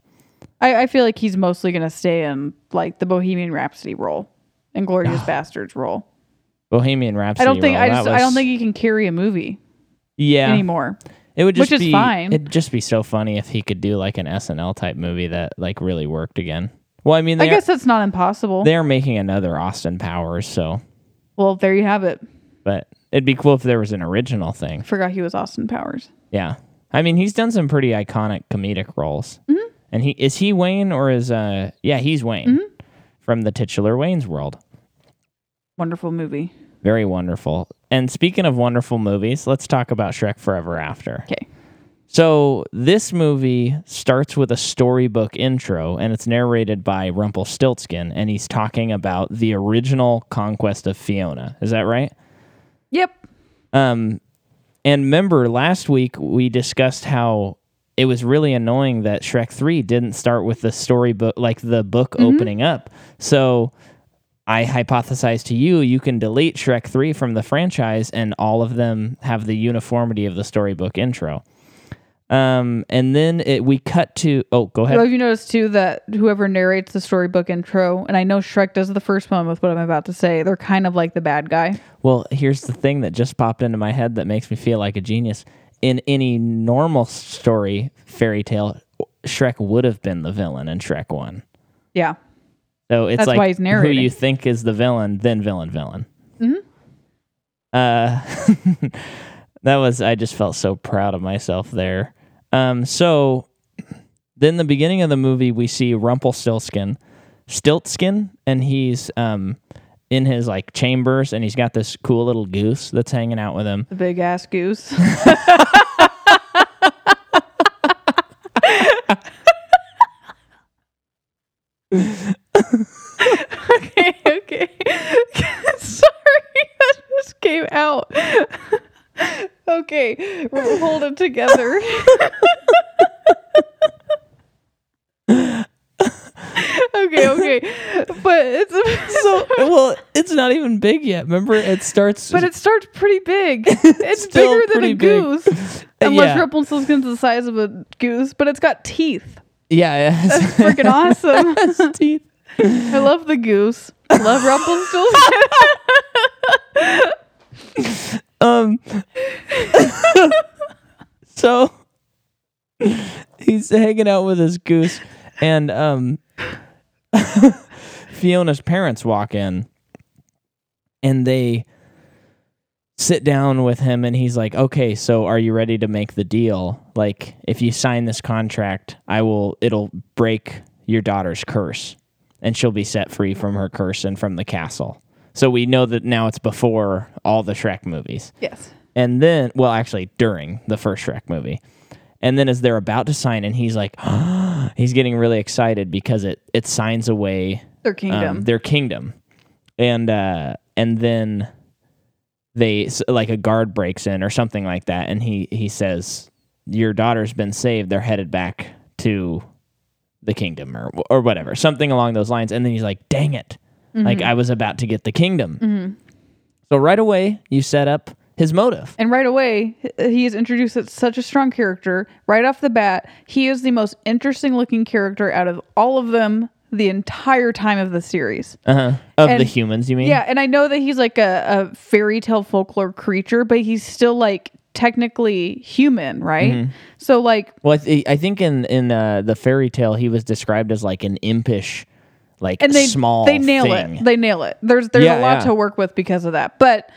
[SPEAKER 2] I, I feel like he's mostly gonna stay in like the Bohemian Rhapsody role and Glorious Bastards role.
[SPEAKER 1] Bohemian Rhapsody.
[SPEAKER 2] I don't think
[SPEAKER 1] role,
[SPEAKER 2] I
[SPEAKER 1] that
[SPEAKER 2] just I don't
[SPEAKER 1] was-
[SPEAKER 2] think he can carry a movie
[SPEAKER 1] Yeah.
[SPEAKER 2] anymore.
[SPEAKER 1] It would just
[SPEAKER 2] Which is
[SPEAKER 1] be
[SPEAKER 2] fine.
[SPEAKER 1] It'd just be so funny if he could do like an SNL type movie that like really worked again. Well, I mean,
[SPEAKER 2] I
[SPEAKER 1] they
[SPEAKER 2] guess
[SPEAKER 1] are,
[SPEAKER 2] that's not impossible.
[SPEAKER 1] they are making another Austin Powers, so
[SPEAKER 2] Well, there you have it.
[SPEAKER 1] but it'd be cool if there was an original thing.
[SPEAKER 2] Forgot he was Austin Powers.
[SPEAKER 1] Yeah, I mean, he's done some pretty iconic comedic roles,
[SPEAKER 2] Mm-hmm.
[SPEAKER 1] and he is he Wayne or is uh yeah he's Wayne
[SPEAKER 2] Mm-hmm.
[SPEAKER 1] from the titular Wayne's World.
[SPEAKER 2] Wonderful movie.
[SPEAKER 1] Very wonderful. And speaking of wonderful movies, let's talk about Shrek Forever After.
[SPEAKER 2] Okay.
[SPEAKER 1] So this movie starts with a storybook intro, and it's narrated by Rumpelstiltskin, and he's talking about the original conquest of Fiona. Is that right?
[SPEAKER 2] Yep.
[SPEAKER 1] And remember, last week we discussed how it was really annoying that Shrek Three didn't start with the storybook, like the book opening up. So I hypothesize to you, you can delete Shrek 3 from the franchise and all of them have the uniformity of the storybook intro. Um, and then it, we cut to, oh, go ahead.
[SPEAKER 2] Have you noticed too that whoever narrates the storybook intro, and I know Shrek does the first one with what I'm about to say, they're kind of like the bad guy.
[SPEAKER 1] Well, here's the thing that just popped into my head that makes me feel like a genius. In any normal story, fairy tale, Shrek would have been the villain in Shrek 1.
[SPEAKER 2] Yeah.
[SPEAKER 1] So it's
[SPEAKER 2] That's
[SPEAKER 1] like
[SPEAKER 2] why he's
[SPEAKER 1] who
[SPEAKER 2] narrating. Mm-hmm.
[SPEAKER 1] you think is the villain, then villain, villain. Uh, that was I just felt so proud of myself there. Um, so then the beginning of the movie, we see Rumpelstiltskin, Stiltskin, and he's um in his like chambers, and he's got this cool little goose that's hanging out with him.
[SPEAKER 2] The big ass goose. okay, okay. Sorry, that just came out. okay, we'll hold it together. okay, okay. But it's
[SPEAKER 1] So well, it's not even big yet. Remember, it starts.
[SPEAKER 2] but it starts pretty big. It's
[SPEAKER 1] Still
[SPEAKER 2] bigger than
[SPEAKER 1] pretty
[SPEAKER 2] a
[SPEAKER 1] big.
[SPEAKER 2] goose. Unless
[SPEAKER 1] Yeah.
[SPEAKER 2] Rumpelstiltskin's the size of a goose, but it's got teeth.
[SPEAKER 1] yeah, it has-
[SPEAKER 2] It's freaking awesome.
[SPEAKER 1] it has teeth.
[SPEAKER 2] I love the goose. I love Rumpelstiltskin.
[SPEAKER 1] Um. so he's hanging out with his goose, and um, Fiona's parents walk in, and they sit down with him, and he's like, "Okay, so are you ready to make the deal? Like, if you sign this contract, I will. It'll break your daughter's curse, and she'll be set free from her curse and from the castle." So we know that now it's before all the Shrek movies.
[SPEAKER 2] yes.
[SPEAKER 1] And then, well, actually, during the first Shrek movie. And then as they're about to sign, and he's like, he's getting really excited because it, it signs away
[SPEAKER 2] Their
[SPEAKER 1] um,
[SPEAKER 2] kingdom.
[SPEAKER 1] their kingdom. And, uh, and then they, s- like a guard breaks in or something like that. And he, he says, Your daughter's been saved. They're headed back to the kingdom or, or whatever, something along those lines. And then he's like, Dang it. Like I was about to get the kingdom. So right away, you set up his motive.
[SPEAKER 2] and right away, h- he is introduced as such a strong character. Right off the bat, he is the most interesting looking character out of all of them the entire time of the series.
[SPEAKER 1] Uh-huh. Of the
[SPEAKER 2] And-
[SPEAKER 1] humans, you mean?
[SPEAKER 2] Yeah, and I know that he's like a, a fairy tale folklore creature, but he's still like technically human, right? So like
[SPEAKER 1] Well, I, th- I think in in uh, the fairy tale, he was described as like an impish, like
[SPEAKER 2] and they
[SPEAKER 1] small.
[SPEAKER 2] they nail
[SPEAKER 1] thing.
[SPEAKER 2] it. They nail it. There's there's
[SPEAKER 1] Yeah,
[SPEAKER 2] a lot
[SPEAKER 1] yeah.
[SPEAKER 2] to work with because of that. But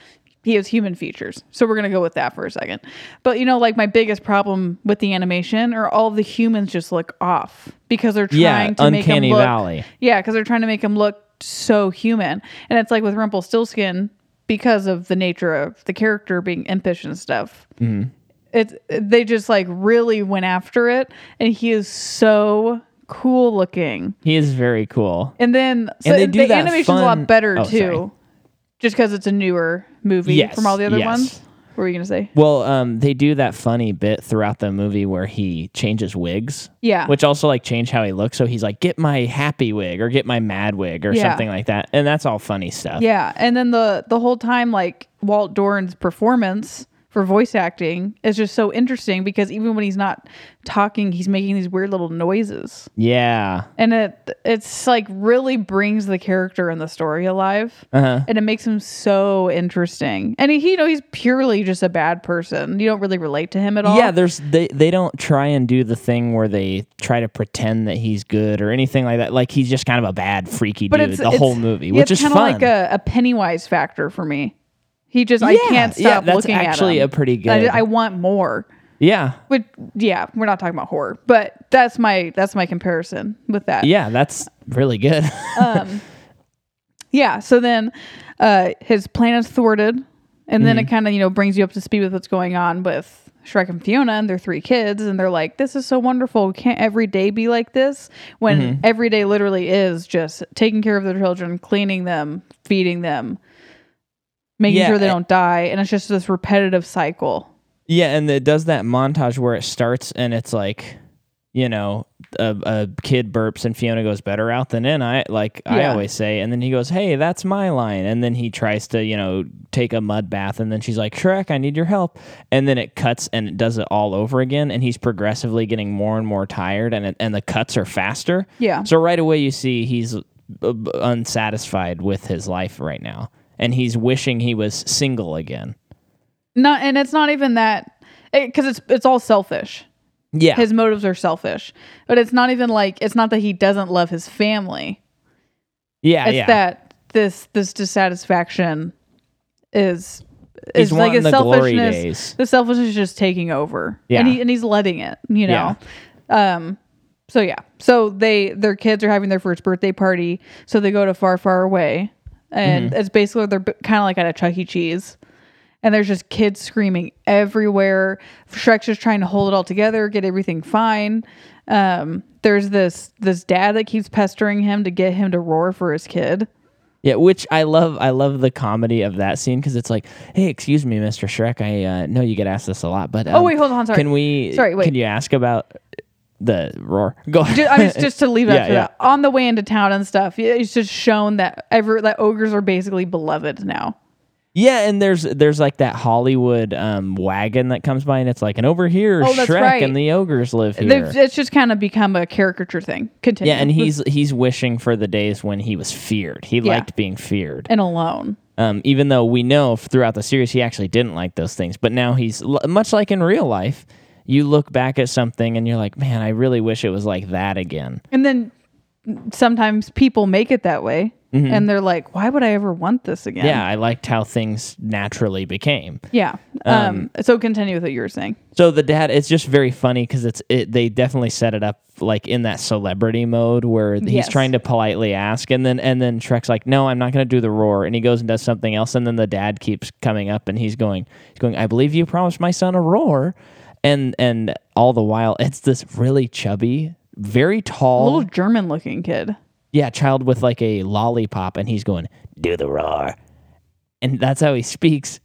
[SPEAKER 2] he has human features. So we're gonna go with that for a second. But you know, like my biggest problem with the animation are all the humans just look off because they're trying
[SPEAKER 1] Yeah,
[SPEAKER 2] to make him
[SPEAKER 1] uncanny
[SPEAKER 2] look
[SPEAKER 1] valley.
[SPEAKER 2] Yeah, because they're trying to make him look so human. And it's like with Rumpelstiltskin, because of the nature of the character being impish and stuff.
[SPEAKER 1] Mm-hmm.
[SPEAKER 2] It's they just like really went after it, and he is so cool looking.
[SPEAKER 1] He is very cool.
[SPEAKER 2] And then so
[SPEAKER 1] And they do
[SPEAKER 2] the
[SPEAKER 1] that
[SPEAKER 2] animation's a
[SPEAKER 1] fun-
[SPEAKER 2] lot better
[SPEAKER 1] Oh,
[SPEAKER 2] too,
[SPEAKER 1] sorry.
[SPEAKER 2] just because it's a newer movie
[SPEAKER 1] Yes,
[SPEAKER 2] from all the other
[SPEAKER 1] yes.
[SPEAKER 2] ones. What were you gonna say?
[SPEAKER 1] Well, um, they do that funny bit throughout the movie where he changes wigs.
[SPEAKER 2] Yeah.
[SPEAKER 1] Which also like change how he looks. So he's like, get my happy wig or get my mad wig or
[SPEAKER 2] Yeah.
[SPEAKER 1] something like that. And that's all funny stuff.
[SPEAKER 2] Yeah, and then the the whole time like Walt Doran's performance for voice acting is just so interesting because even when he's not talking, he's making these weird little noises,
[SPEAKER 1] Yeah.
[SPEAKER 2] and it it's like really brings the character and the story alive,
[SPEAKER 1] Uh-huh.
[SPEAKER 2] and it makes him so interesting. And he, you know, he's purely just a bad person. You don't really relate to him at all.
[SPEAKER 1] Yeah, there's they they don't try and do the thing where they try to pretend that he's good or anything like that. Like he's just kind of a bad freaky
[SPEAKER 2] but
[SPEAKER 1] dude
[SPEAKER 2] it's
[SPEAKER 1] the
[SPEAKER 2] it's-
[SPEAKER 1] whole movie,
[SPEAKER 2] yeah,
[SPEAKER 1] which is
[SPEAKER 2] it's
[SPEAKER 1] fun.
[SPEAKER 2] kind of like a, a Pennywise factor for me. He just I can't stop
[SPEAKER 1] yeah, that's
[SPEAKER 2] looking at
[SPEAKER 1] actually
[SPEAKER 2] him.
[SPEAKER 1] a pretty
[SPEAKER 2] I,
[SPEAKER 1] good-
[SPEAKER 2] I want more.
[SPEAKER 1] yeah,
[SPEAKER 2] But yeah, we're not talking about horror, but that's my that's my comparison with that.
[SPEAKER 1] yeah, that's really good.
[SPEAKER 2] Yeah, so then uh, his plan is thwarted, and then it kind of you know brings you up to speed with what's going on with Shrek and Fiona and their three kids, and they're like, "This is so wonderful. Can't every day be like this?" When every day literally is just taking care of their children, cleaning them, feeding them, making
[SPEAKER 1] Yeah,
[SPEAKER 2] sure they
[SPEAKER 1] I-
[SPEAKER 2] don't die, and it's just this repetitive cycle.
[SPEAKER 1] yeah, and it does that montage where it starts and it's like, you know, a, a kid burps and Fiona goes better out than in. I like I
[SPEAKER 2] Yeah.
[SPEAKER 1] always say, and then he goes, "Hey, that's my line," and then he tries to you know take a mud bath, and then she's like, "Shrek, I need your help," and then it cuts and it does it all over again, and he's progressively getting more and more tired, and it, and the cuts are faster.
[SPEAKER 2] Yeah.
[SPEAKER 1] So right away you see he's uh, b- unsatisfied with his life right now, and he's wishing he was single again.
[SPEAKER 2] Not, and it's not even that because it's it's all selfish.
[SPEAKER 1] Yeah.
[SPEAKER 2] His motives are selfish, but it's not even like it's not that he doesn't love his family.
[SPEAKER 1] yeah.
[SPEAKER 2] It's
[SPEAKER 1] yeah.
[SPEAKER 2] that this this dissatisfaction is is
[SPEAKER 1] he's
[SPEAKER 2] like
[SPEAKER 1] wanting
[SPEAKER 2] his
[SPEAKER 1] the glory
[SPEAKER 2] selfishness.
[SPEAKER 1] days.
[SPEAKER 2] The selfishness is just taking over.
[SPEAKER 1] Yeah.
[SPEAKER 2] And he and he's letting it, you know. Um so yeah. So they their kids are having their first birthday party, so they go to far far away. And
[SPEAKER 1] Mm-hmm.
[SPEAKER 2] it's basically they're kind of like at a Chuck E. Cheese. And there's just kids screaming everywhere. Shrek's just trying to hold it all together, get everything fine. Um, there's this this dad that keeps pestering him to get him to roar for his kid.
[SPEAKER 1] Yeah, which I love. I love the comedy of that scene because it's like, hey, excuse me, Mr. Shrek. I uh, know you get asked this a lot, but um,
[SPEAKER 2] Oh, wait, hold on, sorry.
[SPEAKER 1] Can we?
[SPEAKER 2] Sorry, wait.
[SPEAKER 1] Can you ask about the roar? Go ahead.
[SPEAKER 2] Ju- I mean, just to leave it
[SPEAKER 1] Yeah,
[SPEAKER 2] up to
[SPEAKER 1] yeah.
[SPEAKER 2] that. On the way into town and stuff, yeah, it's just shown that ever that ogres are basically beloved now.
[SPEAKER 1] yeah, and there's there's like that Hollywood um, wagon that comes by, and it's like, and over here,
[SPEAKER 2] Oh, that's
[SPEAKER 1] Shrek
[SPEAKER 2] right.
[SPEAKER 1] and the ogres live
[SPEAKER 2] They've,
[SPEAKER 1] here.
[SPEAKER 2] it's just kind of become a caricature thing. Continue.
[SPEAKER 1] yeah, and he's he's wishing for the days when he was feared. He
[SPEAKER 2] Yeah.
[SPEAKER 1] liked being feared.
[SPEAKER 2] and alone.
[SPEAKER 1] um, even though we know f- throughout the series he actually didn't like those things. But now he's l- much like in real life. You look back at something and you're like, man, I really wish it was like that again.
[SPEAKER 2] And then sometimes people make it that way, and they're like, "Why would I ever want this again?"
[SPEAKER 1] Mm-hmm. Yeah, I liked how things naturally became.
[SPEAKER 2] yeah. Um, so continue with what you were saying.
[SPEAKER 1] So the dad, it's just very funny because it's it. They definitely set it up like in that celebrity mode where he's
[SPEAKER 2] Yes.
[SPEAKER 1] trying to politely ask, and then and then Shrek's like, "No, I'm not going to do the roar," and he goes and does something else, and then the dad keeps coming up, and he's going, he's going, "I believe you promised my son a roar," and and all the while it's this really chubby, very
[SPEAKER 2] A
[SPEAKER 1] tall,
[SPEAKER 2] little German-looking kid.
[SPEAKER 1] yeah, child with like a lollipop, and he's going, "Do the roar," and that's how he speaks.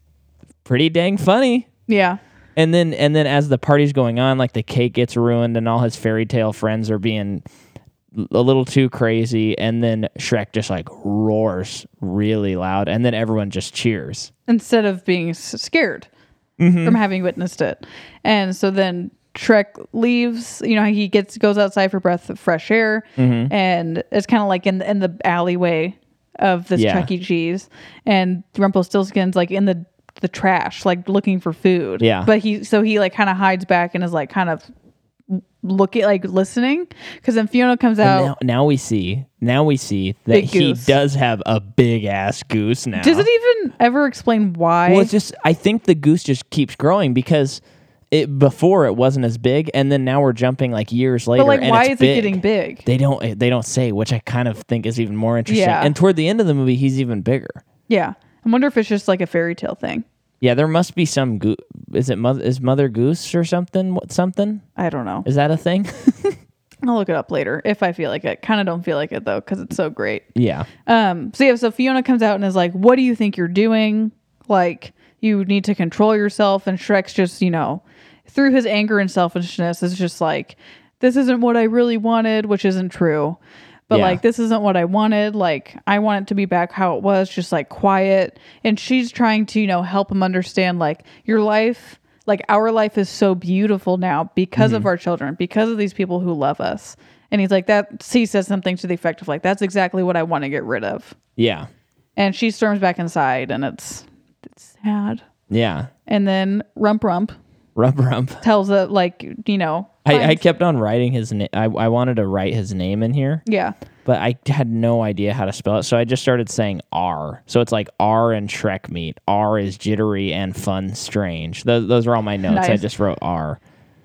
[SPEAKER 1] Pretty dang funny.
[SPEAKER 2] Yeah.
[SPEAKER 1] And then and then as the party's going on, like the cake gets ruined and all his fairy tale friends are being a little too crazy and then Shrek just like roars really loud and then everyone just cheers.
[SPEAKER 2] instead of being s- scared
[SPEAKER 1] Mm-hmm.
[SPEAKER 2] from having witnessed it. And so then Trek leaves. You know, he gets goes outside for breath of fresh air,
[SPEAKER 1] Mm-hmm.
[SPEAKER 2] and it's kind of like in the, in the alleyway of this
[SPEAKER 1] Yeah.
[SPEAKER 2] Chuck E. Cheese, and Rumpelstiltskin's like in the the trash, like looking for food.
[SPEAKER 1] Yeah.
[SPEAKER 2] but he so he like kind of hides back and is like kind of looking like listening because then Fiona comes out.
[SPEAKER 1] Now, now we see now we see that
[SPEAKER 2] Oh. Big
[SPEAKER 1] he
[SPEAKER 2] goose.
[SPEAKER 1] does have a big ass goose now.
[SPEAKER 2] does it even ever explain why?
[SPEAKER 1] Well, it's just I think the goose just keeps growing because it before it wasn't as big and then now we're jumping like years later
[SPEAKER 2] but like,
[SPEAKER 1] and
[SPEAKER 2] why
[SPEAKER 1] it's
[SPEAKER 2] is it
[SPEAKER 1] big.
[SPEAKER 2] getting big?
[SPEAKER 1] they don't eh, they don't say which i kind of think is even more interesting
[SPEAKER 2] Yeah.
[SPEAKER 1] and toward the end of the movie he's even bigger
[SPEAKER 2] Yeah. I wonder if it's just like a fairy tale thing.
[SPEAKER 1] yeah there must be some goo is it mother is mother goose or something what something
[SPEAKER 2] I don't know.
[SPEAKER 1] is that a thing
[SPEAKER 2] I'll look it up later if I feel like it. Kind of don't feel like it though because it's so great.
[SPEAKER 1] yeah
[SPEAKER 2] Um. So yeah. So Fiona comes out and is like, "What do you think you're doing? Like, you need to control yourself." And Shrek's just, you know, through his anger and selfishness, is just like, "This isn't what I really wanted," which isn't true. But
[SPEAKER 1] Yeah.
[SPEAKER 2] like, this isn't what I wanted. Like, I want it to be back how it was, just like quiet. And she's trying to, you know, help him understand like your life. Like our life is so beautiful now because
[SPEAKER 1] Mm-hmm.
[SPEAKER 2] of our children, because of these people who love us. And he's like, that he says something to the effect of like, that's exactly what I want to get rid of.
[SPEAKER 1] yeah
[SPEAKER 2] And she storms back inside and it's it's sad.
[SPEAKER 1] yeah
[SPEAKER 2] And then Rump Rump
[SPEAKER 1] rub rub
[SPEAKER 2] tells it like, you know,
[SPEAKER 1] I, I kept on writing his name I, I wanted to write his name in here
[SPEAKER 2] yeah.
[SPEAKER 1] but i had no idea how to spell it so i just started saying r so it's like r and shrek meet r is jittery and fun strange those, those are all my notes i
[SPEAKER 2] Nice.
[SPEAKER 1] just wrote r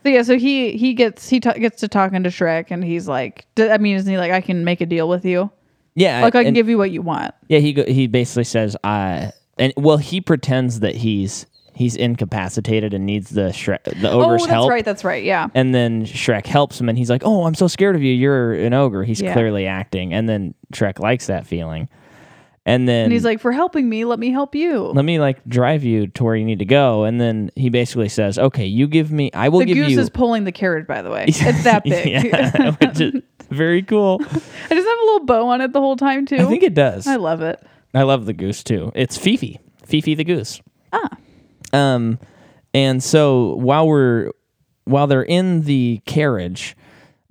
[SPEAKER 2] So yeah, so he he gets he ta gets to talking to Shrek and he's like, d- I mean, isn't he like, I can make a deal with you?
[SPEAKER 1] yeah
[SPEAKER 2] Like I, can
[SPEAKER 1] and-
[SPEAKER 2] give you what you want.
[SPEAKER 1] Yeah, he go, he basically says, "I." and well, he pretends that he's he's incapacitated and needs the Shrek, the
[SPEAKER 2] Oh,
[SPEAKER 1] ogre's
[SPEAKER 2] that's
[SPEAKER 1] help.
[SPEAKER 2] right, that's right, yeah.
[SPEAKER 1] And then Shrek helps him, and he's like, "Oh, I'm so scared of you. You're an ogre." He's
[SPEAKER 2] Yeah.
[SPEAKER 1] clearly acting, and then Shrek likes that feeling. And then
[SPEAKER 2] And he's like, for helping me, let me help you.
[SPEAKER 1] let me like drive you to where you need to go. And then he basically says, okay, you give me, I will
[SPEAKER 2] the
[SPEAKER 1] give
[SPEAKER 2] goose
[SPEAKER 1] you.
[SPEAKER 2] is pulling the carriage, by the way. It's that big.
[SPEAKER 1] yeah, which is very cool.
[SPEAKER 2] I just have a little bow on it the whole time too.
[SPEAKER 1] I think it does.
[SPEAKER 2] I love it.
[SPEAKER 1] I love the goose too. It's Fifi, Fifi the goose. Ah. Um, and so while we're while they're in the carriage,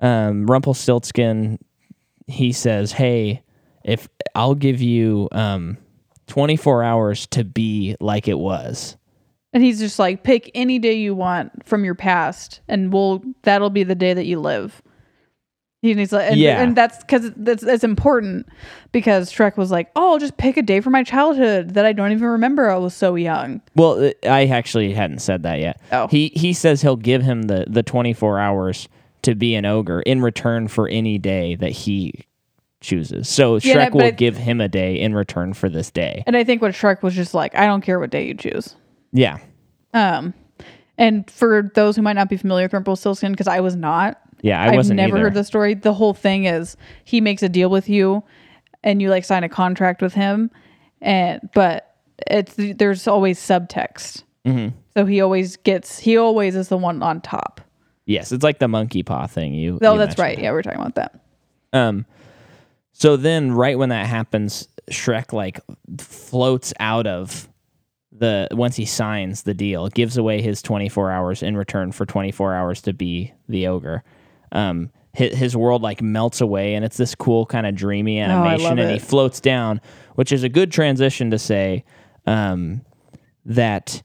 [SPEAKER 1] um, Rumpelstiltskin, he says, "Hey, if I'll give you um, twenty four hours to be like it was."
[SPEAKER 2] And he's just like, pick any day you want from your past, and we'll that'll be the day that you live. And he's like, and,
[SPEAKER 1] Yeah.
[SPEAKER 2] and that's because that's, that's important because Shrek was like, oh, I'll just pick a day from my childhood that I don't even remember. I was so young.
[SPEAKER 1] Well, uh, I actually hadn't said that yet.
[SPEAKER 2] Oh.
[SPEAKER 1] He he says he'll give him the the 24 hours to be an ogre in return for any day that he chooses. So
[SPEAKER 2] Yeah,
[SPEAKER 1] Shrek
[SPEAKER 2] but
[SPEAKER 1] will
[SPEAKER 2] I-
[SPEAKER 1] give him a day in return for this day.
[SPEAKER 2] And I think what Shrek was just like, I don't care what day you choose.
[SPEAKER 1] Yeah.
[SPEAKER 2] Um, and for those who might not be familiar with Rumpelstiltskin, because I was not,
[SPEAKER 1] Yeah, I
[SPEAKER 2] I've
[SPEAKER 1] wasn't
[SPEAKER 2] never
[SPEAKER 1] either.
[SPEAKER 2] heard the story. The whole thing is he makes a deal with you, and you like sign a contract with him, and but it's there's always subtext.
[SPEAKER 1] Mm-hmm.
[SPEAKER 2] So he always gets he always is the one on top.
[SPEAKER 1] yes, it's like the monkey paw thing. You
[SPEAKER 2] Oh,
[SPEAKER 1] you mentioned.
[SPEAKER 2] that's right. Yeah, we we're talking about that.
[SPEAKER 1] So then right when that happens, Shrek like floats out of the once he signs the deal, gives away his 24 hours in return for 24 hours to be the ogre. Um his, his world like melts away and it's this cool kind of dreamy
[SPEAKER 2] Oh, I
[SPEAKER 1] animation
[SPEAKER 2] love
[SPEAKER 1] and he
[SPEAKER 2] it.
[SPEAKER 1] floats down, which is a good transition to say um that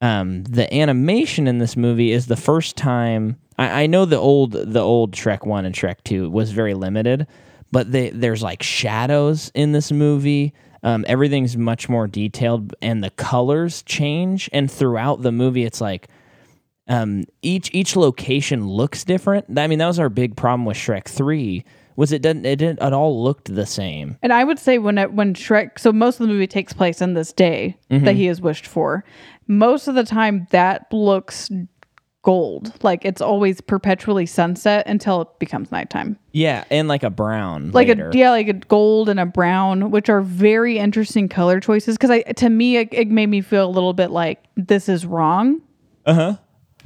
[SPEAKER 1] um, the animation in this movie is the first time I, I know the old the old Shrek one and Shrek two was very limited, but they, there's like shadows in this movie. Um, everything's much more detailed, and the colors change. And throughout the movie, it's like um, each each location looks different. I mean, that was our big problem with Shrek three was it didn't it didn't at all looked the same.
[SPEAKER 2] And I would say when it, when Shrek, so most of the movie takes place in this day
[SPEAKER 1] Mm-hmm.
[SPEAKER 2] that he is wished for. Most of the time, that looks gold, like it's always perpetually sunset until it becomes nighttime.
[SPEAKER 1] Yeah, and like a brown
[SPEAKER 2] Like
[SPEAKER 1] later.
[SPEAKER 2] a yeah, like a gold and a brown, which are very interesting color choices. Because I to me, it, it made me feel a little bit like this is wrong. Uh huh.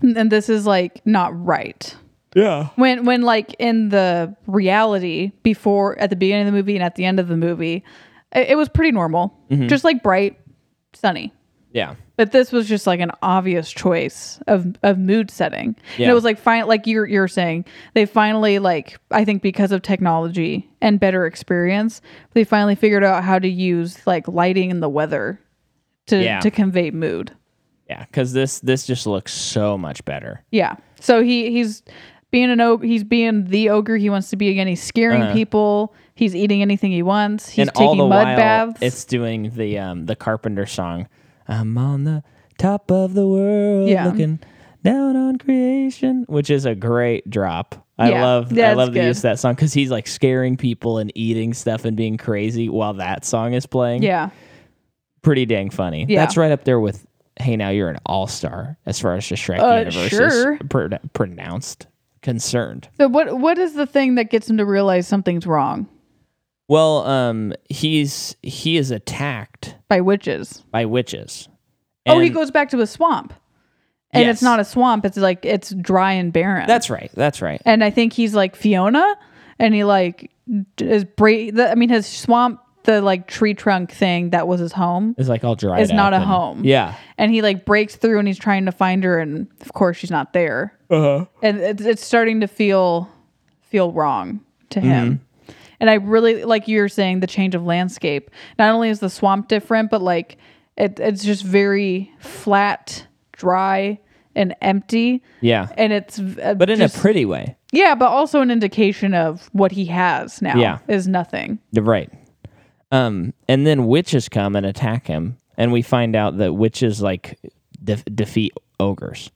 [SPEAKER 2] And, and this is like not right
[SPEAKER 1] yeah
[SPEAKER 2] when when like in the reality before at the beginning of the movie and at the end of the movie it, it was pretty normal just like bright sunny
[SPEAKER 1] yeah
[SPEAKER 2] but this was just like an obvious choice of of mood setting and
[SPEAKER 1] Yeah.
[SPEAKER 2] it was like fine like you're you're saying they finally like i think because of technology and better experience they finally figured out how to use like lighting and the weather to
[SPEAKER 1] Yeah.
[SPEAKER 2] to convey mood
[SPEAKER 1] yeah because this this just looks so much better.
[SPEAKER 2] Yeah. So he he's being an ogre. He's being the ogre he wants to be again. He's scaring people. He's eating anything he wants.
[SPEAKER 1] Uh-huh.
[SPEAKER 2] He's
[SPEAKER 1] and
[SPEAKER 2] taking
[SPEAKER 1] all the
[SPEAKER 2] mud
[SPEAKER 1] while,
[SPEAKER 2] baths.
[SPEAKER 1] it's doing the um, the Carpenter song. I'm on the top of the world,
[SPEAKER 2] Yeah.
[SPEAKER 1] looking down on creation, which is a great drop. I
[SPEAKER 2] Yeah,
[SPEAKER 1] love I
[SPEAKER 2] that's
[SPEAKER 1] love the
[SPEAKER 2] good.
[SPEAKER 1] use of that song because he's like scaring people and eating stuff and being crazy while that song is playing.
[SPEAKER 2] yeah.
[SPEAKER 1] pretty dang funny.
[SPEAKER 2] Yeah.
[SPEAKER 1] That's right up there with "Hey Now You're an All Star" as far as the Shrek
[SPEAKER 2] Uh,
[SPEAKER 1] universe
[SPEAKER 2] sure.
[SPEAKER 1] is pro- pronounced concerned.
[SPEAKER 2] So what what is the thing that gets him to realize something's wrong
[SPEAKER 1] Well, um, he's he is attacked
[SPEAKER 2] by witches?
[SPEAKER 1] by witches.
[SPEAKER 2] oh, he
[SPEAKER 1] And-
[SPEAKER 2] goes back to a swamp, and
[SPEAKER 1] Yes.
[SPEAKER 2] it's not a swamp. It's like it's dry and barren.
[SPEAKER 1] That's right. That's right.
[SPEAKER 2] and I think he's like Fiona, and he like d- is bra- the, I mean his swamp, the like tree trunk thing that was his home.
[SPEAKER 1] It's like all dried.
[SPEAKER 2] It's not
[SPEAKER 1] up
[SPEAKER 2] a home.
[SPEAKER 1] Yeah.
[SPEAKER 2] and he like breaks through and he's trying to find her and of course she's not there
[SPEAKER 1] Uh-huh.
[SPEAKER 2] and it's, it's starting to feel feel wrong to
[SPEAKER 1] Mm-hmm.
[SPEAKER 2] him and i really like you're saying the change of landscape not only is the swamp different but like it, it's just very flat dry and empty
[SPEAKER 1] Yeah.
[SPEAKER 2] and it's uh,
[SPEAKER 1] But in
[SPEAKER 2] just-
[SPEAKER 1] a pretty way.
[SPEAKER 2] yeah but also an indication of what he has now
[SPEAKER 1] Yeah.
[SPEAKER 2] is nothing
[SPEAKER 1] You're Right. Um, and then witches come and attack him, and we find out that witches like def defeat ogres.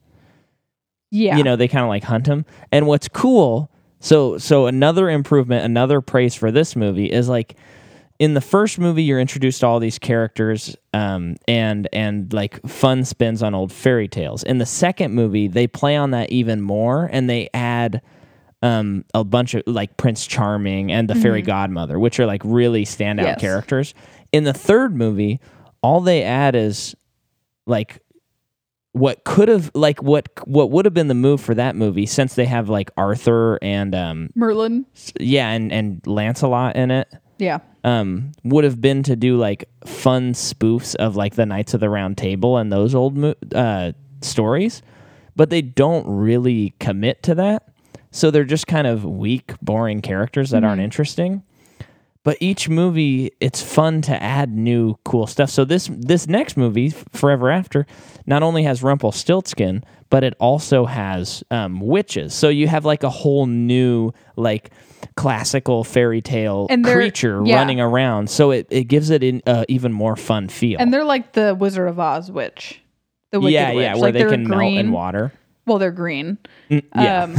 [SPEAKER 2] yeah
[SPEAKER 1] You know, they kind of like hunt him. And what's cool, so so another improvement, another praise for this movie is like in the first movie you're introduced to all these characters um, and and like fun spins on old fairy tales. In the second movie, they play on that even more and they add um, a bunch of like Prince Charming and the fairy godmother, which are like really standout
[SPEAKER 2] Yes.
[SPEAKER 1] characters. In the third movie, all they add is like what could have like what what would have been the move for that movie since they have like Arthur and um
[SPEAKER 2] Merlin.
[SPEAKER 1] s- yeah and and Lancelot in it
[SPEAKER 2] Yeah.
[SPEAKER 1] um would have been to do like fun spoofs of like the Knights of the Round Table and those old mo- uh stories but they don't really commit to that so they're just kind of weak boring characters that
[SPEAKER 2] Mm-hmm.
[SPEAKER 1] aren't interesting but each movie it's fun to add new cool stuff so this this next movie forever after not only has rumpelstiltskin but it also has um, witches so you have like a whole new like classical fairy tale
[SPEAKER 2] And they're-
[SPEAKER 1] creature
[SPEAKER 2] yeah.
[SPEAKER 1] running around so it, it gives it an uh, even more fun feel
[SPEAKER 2] And they're like the Wizard of Oz witch. The Wicked
[SPEAKER 1] yeah
[SPEAKER 2] Witch.
[SPEAKER 1] yeah where
[SPEAKER 2] like
[SPEAKER 1] they
[SPEAKER 2] they're
[SPEAKER 1] can
[SPEAKER 2] green.
[SPEAKER 1] melt in water
[SPEAKER 2] Well, they're green.
[SPEAKER 1] yeah.
[SPEAKER 2] Um,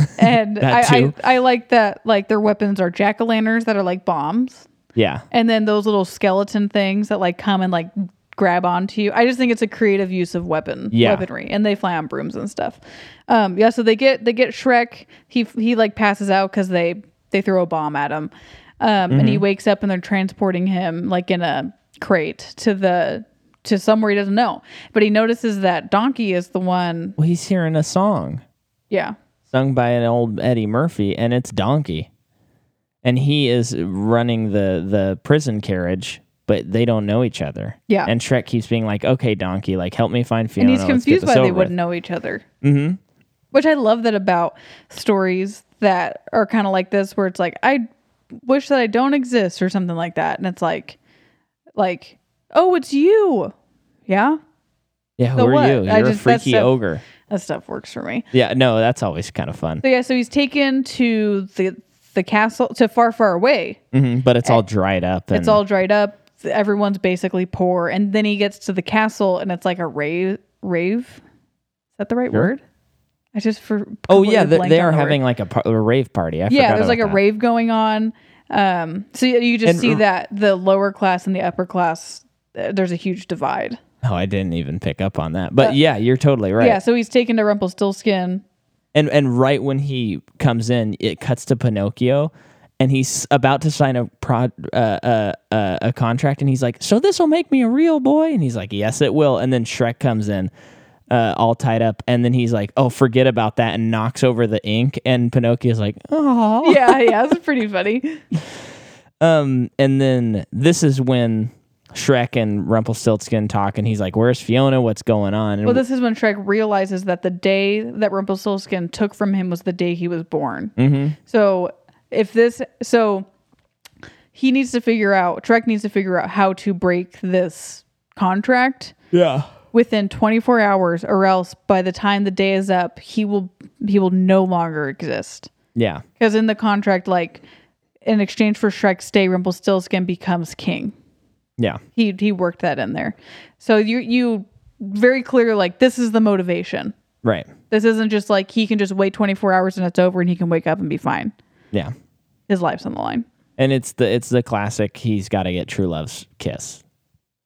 [SPEAKER 2] and
[SPEAKER 1] That
[SPEAKER 2] I,
[SPEAKER 1] too.
[SPEAKER 2] I, I like that like their weapons are jack o' lanterns that are like bombs,
[SPEAKER 1] yeah
[SPEAKER 2] and then those little skeleton things that like come and like grab onto you. I just think it's a creative use of weapon
[SPEAKER 1] Yeah.
[SPEAKER 2] weaponry, and they fly on brooms and stuff. Um, yeah, so they get they get Shrek. He he like passes out because they they throw a bomb at him, um, and he wakes up and they're transporting him like in a crate to the to somewhere he doesn't know. But he notices that Donkey is the one.
[SPEAKER 1] well he's hearing a song
[SPEAKER 2] Yeah.
[SPEAKER 1] sung by an old Eddie Murphy, and it's Donkey, and he is running the the prison carriage, but they don't know each other.
[SPEAKER 2] Yeah.
[SPEAKER 1] and Shrek keeps being like, "Okay, Donkey, like help me find Fiona."
[SPEAKER 2] and he's
[SPEAKER 1] Let's get
[SPEAKER 2] confused
[SPEAKER 1] this
[SPEAKER 2] why they
[SPEAKER 1] over with."
[SPEAKER 2] wouldn't know each other. Mm-hmm. Which I love that about stories that are kind of like this, where it's like I wish that I don't exist or something like that, and it's like, like, oh, it's you, yeah.
[SPEAKER 1] Yeah, who
[SPEAKER 2] So
[SPEAKER 1] are
[SPEAKER 2] what?
[SPEAKER 1] you?
[SPEAKER 2] I
[SPEAKER 1] You're a
[SPEAKER 2] just- that's
[SPEAKER 1] freaky
[SPEAKER 2] so-
[SPEAKER 1] ogre.
[SPEAKER 2] That stuff works for me.
[SPEAKER 1] Yeah, no, that's always kind of fun.
[SPEAKER 2] So yeah, so he's taken to the the castle to far, far away.
[SPEAKER 1] hmm but it's all dried up. And,
[SPEAKER 2] It's all dried up. Everyone's basically poor, and then he gets to the castle, and it's like a rave. Rave, is that the right
[SPEAKER 1] Sure.
[SPEAKER 2] word? I just for
[SPEAKER 1] Oh yeah,
[SPEAKER 2] completely
[SPEAKER 1] they,
[SPEAKER 2] blanked
[SPEAKER 1] they
[SPEAKER 2] on
[SPEAKER 1] are
[SPEAKER 2] the word.
[SPEAKER 1] having like a, par- a rave party. I
[SPEAKER 2] yeah
[SPEAKER 1] forgot
[SPEAKER 2] there's like a
[SPEAKER 1] about that.
[SPEAKER 2] rave going on um so you, you just
[SPEAKER 1] And-
[SPEAKER 2] see that the lower class and the upper class uh, there's a huge divide
[SPEAKER 1] Oh, I didn't even pick up on that.
[SPEAKER 2] Uh,
[SPEAKER 1] But yeah, you're totally right.
[SPEAKER 2] yeah so he's taken to rumpelstiltskin
[SPEAKER 1] and and right when he comes in, it cuts to Pinocchio, and he's about to sign a prod, uh, uh, uh, a contract, and he's like, "So this will make me a real boy," and he's like, "Yes, it will." And then Shrek comes in, uh, all tied up, and then he's like, "Oh, forget about that," and knocks over the ink, and Pinocchio's like, "Oh."
[SPEAKER 2] yeah yeah it's pretty funny
[SPEAKER 1] Um, and then this is when. Shrek and Rumpelstiltskin talk, and he's like, "Where's Fiona? What's going on?" And
[SPEAKER 2] well this is when shrek realizes that the day that rumpelstiltskin took from him was the day he was born mm-hmm. so if this so he needs to figure out shrek needs to figure out how to break this contract
[SPEAKER 1] yeah,
[SPEAKER 2] within 24 hours or else by the time the day is up he will he will no longer exist
[SPEAKER 1] yeah,
[SPEAKER 2] because in the contract like in exchange for shrek's stay rumpelstiltskin becomes king
[SPEAKER 1] yeah.
[SPEAKER 2] he he worked that in there so you you very clear like this is the motivation
[SPEAKER 1] Right.
[SPEAKER 2] this isn't just like he can just wait 24 hours and it's over and he can wake up and be fine
[SPEAKER 1] Yeah.
[SPEAKER 2] his life's on the line
[SPEAKER 1] And it's the it's the classic. He's got to get true love's kiss.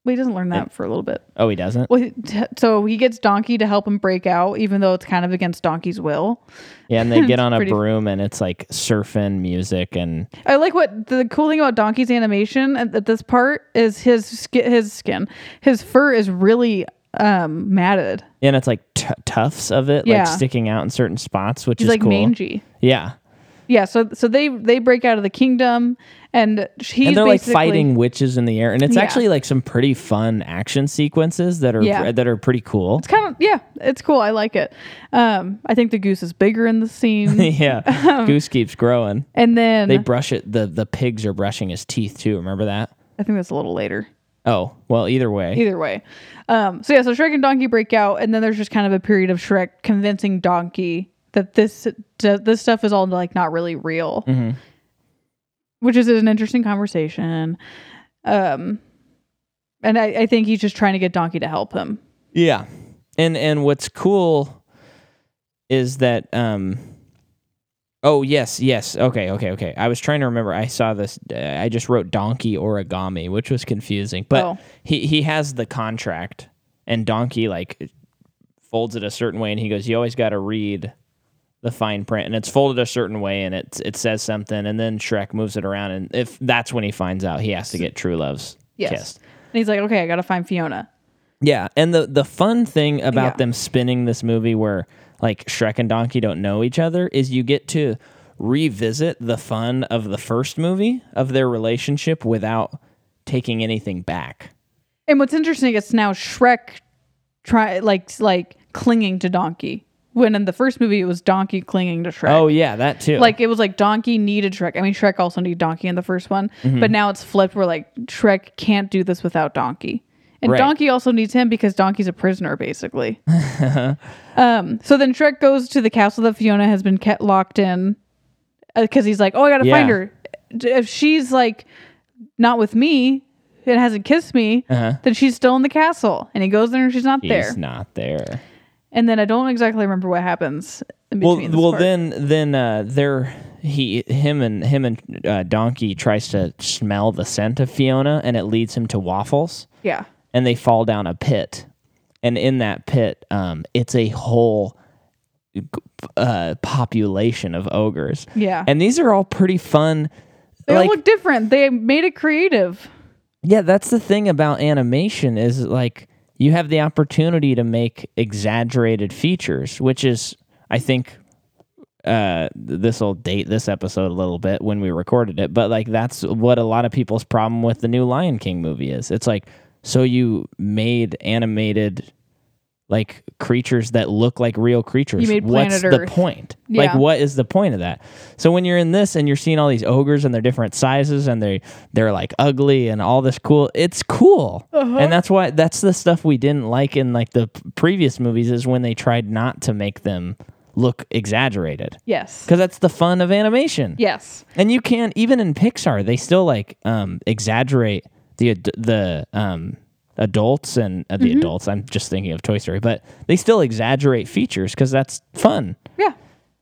[SPEAKER 2] well, he doesn't learn that for a little bit
[SPEAKER 1] Oh, he doesn't.
[SPEAKER 2] well, he- t- so he gets Donkey to help him break out, even though it's kind of against Donkey's will.
[SPEAKER 1] Yeah, and they get on a
[SPEAKER 2] pretty-
[SPEAKER 1] broom and it's like surfing music and
[SPEAKER 2] I like what the cool thing about Donkey's animation at, at this part is his skin, his skin, his fur is really um matted.
[SPEAKER 1] and it's like t- tufts of it
[SPEAKER 2] Yeah.
[SPEAKER 1] like sticking out in certain spots, which
[SPEAKER 2] He's
[SPEAKER 1] is
[SPEAKER 2] like
[SPEAKER 1] cool.
[SPEAKER 2] mangy.
[SPEAKER 1] Yeah,
[SPEAKER 2] Yeah, so so they they break out of the kingdom and he's
[SPEAKER 1] and they're like
[SPEAKER 2] basically-
[SPEAKER 1] fighting witches in the air, and it's
[SPEAKER 2] Yeah.
[SPEAKER 1] actually like some pretty fun action sequences that are
[SPEAKER 2] Yeah.
[SPEAKER 1] that are pretty cool.
[SPEAKER 2] It's kind of yeah, it's cool. I like it. Um, I think the goose is bigger in the scene,
[SPEAKER 1] yeah,
[SPEAKER 2] Um,
[SPEAKER 1] Goose keeps growing.
[SPEAKER 2] and then
[SPEAKER 1] They brush it. the The pigs are brushing his teeth too. Remember that?
[SPEAKER 2] I think that's a little later.
[SPEAKER 1] Oh well, either way,
[SPEAKER 2] Either way, um, so yeah, so Shrek and Donkey break out, and then there's just kind of a period of Shrek convincing Donkey that this that this stuff is all like not really real, which is an interesting conversation. Um, and I, I think he's just trying to get Donkey to help him.
[SPEAKER 1] Yeah. And and what's cool is that um Oh, yes, yes. Okay, okay, okay. I was trying to remember. I saw this uh, I just wrote donkey origami, which was confusing. But
[SPEAKER 2] Oh.
[SPEAKER 1] he he has the contract and donkey like folds it a certain way and he goes, "You always got to read the fine print." And it's folded a certain way and it it says something and then Shrek moves it around and if that's when he finds out he has to get true love's
[SPEAKER 2] Yes.
[SPEAKER 1] kissed.
[SPEAKER 2] And he's like, okay, I got to find Fiona.
[SPEAKER 1] Yeah, and the the fun thing about
[SPEAKER 2] Yeah.
[SPEAKER 1] them spinning this movie where like Shrek and Donkey don't know each other is you get to revisit the fun of the first movie of their relationship without taking anything back.
[SPEAKER 2] And what's interesting is now Shrek try like like clinging to Donkey. When in the first movie it was Donkey clinging to Shrek.
[SPEAKER 1] Oh yeah, that too.
[SPEAKER 2] Like it was like Donkey needed Shrek. I mean Shrek also needed Donkey in the first one,
[SPEAKER 1] Mm-hmm.
[SPEAKER 2] but now it's flipped where like Shrek can't do this without Donkey. And
[SPEAKER 1] Right.
[SPEAKER 2] Donkey also needs him because Donkey's a prisoner basically. um so then Shrek goes to the castle that Fiona has been kept locked in because he's like, "Oh, I got to find
[SPEAKER 1] Yeah.
[SPEAKER 2] her." D- If she's like not with me and hasn't kissed me,
[SPEAKER 1] Uh-huh.
[SPEAKER 2] then she's still in the castle. And he goes there and she's not
[SPEAKER 1] he's
[SPEAKER 2] there.
[SPEAKER 1] not there.
[SPEAKER 2] And then I don't exactly remember what happens. In
[SPEAKER 1] Well,
[SPEAKER 2] between this
[SPEAKER 1] well
[SPEAKER 2] part.
[SPEAKER 1] then then uh there he him and him and uh, Donkey tries to smell the scent of Fiona and it leads him to waffles.
[SPEAKER 2] yeah.
[SPEAKER 1] and they fall down a pit. And in that pit, um, it's a whole uh, population of ogres.
[SPEAKER 2] Yeah.
[SPEAKER 1] And these are all pretty fun.
[SPEAKER 2] Ah. They
[SPEAKER 1] like,
[SPEAKER 2] all look different. They made it creative.
[SPEAKER 1] yeah, that's the thing about animation is like you have the opportunity to make exaggerated features, which is, I think, uh, this will date this episode a little bit when we recorded it, but like that's what a lot of people's problem with the new Lion King movie is. It's like, so you made animated like creatures that look like real creatures.
[SPEAKER 2] You made
[SPEAKER 1] What's
[SPEAKER 2] Planet
[SPEAKER 1] the
[SPEAKER 2] Earth.
[SPEAKER 1] point? Like,
[SPEAKER 2] Yeah.
[SPEAKER 1] what is the point of that? So when you're in this and you're seeing all these ogres and they're different sizes and they they're like ugly and all this cool, it's cool, and that's why that's the stuff we didn't like in like the p- previous movies is when they tried not to make them look exaggerated
[SPEAKER 2] Yes.
[SPEAKER 1] because that's the fun of animation.
[SPEAKER 2] Yes.
[SPEAKER 1] And you can even in Pixar, they still like um, exaggerate the ad- the um, adults and uh, the adults. I'm just thinking of Toy Story, but they still exaggerate features because that's fun.
[SPEAKER 2] Yeah.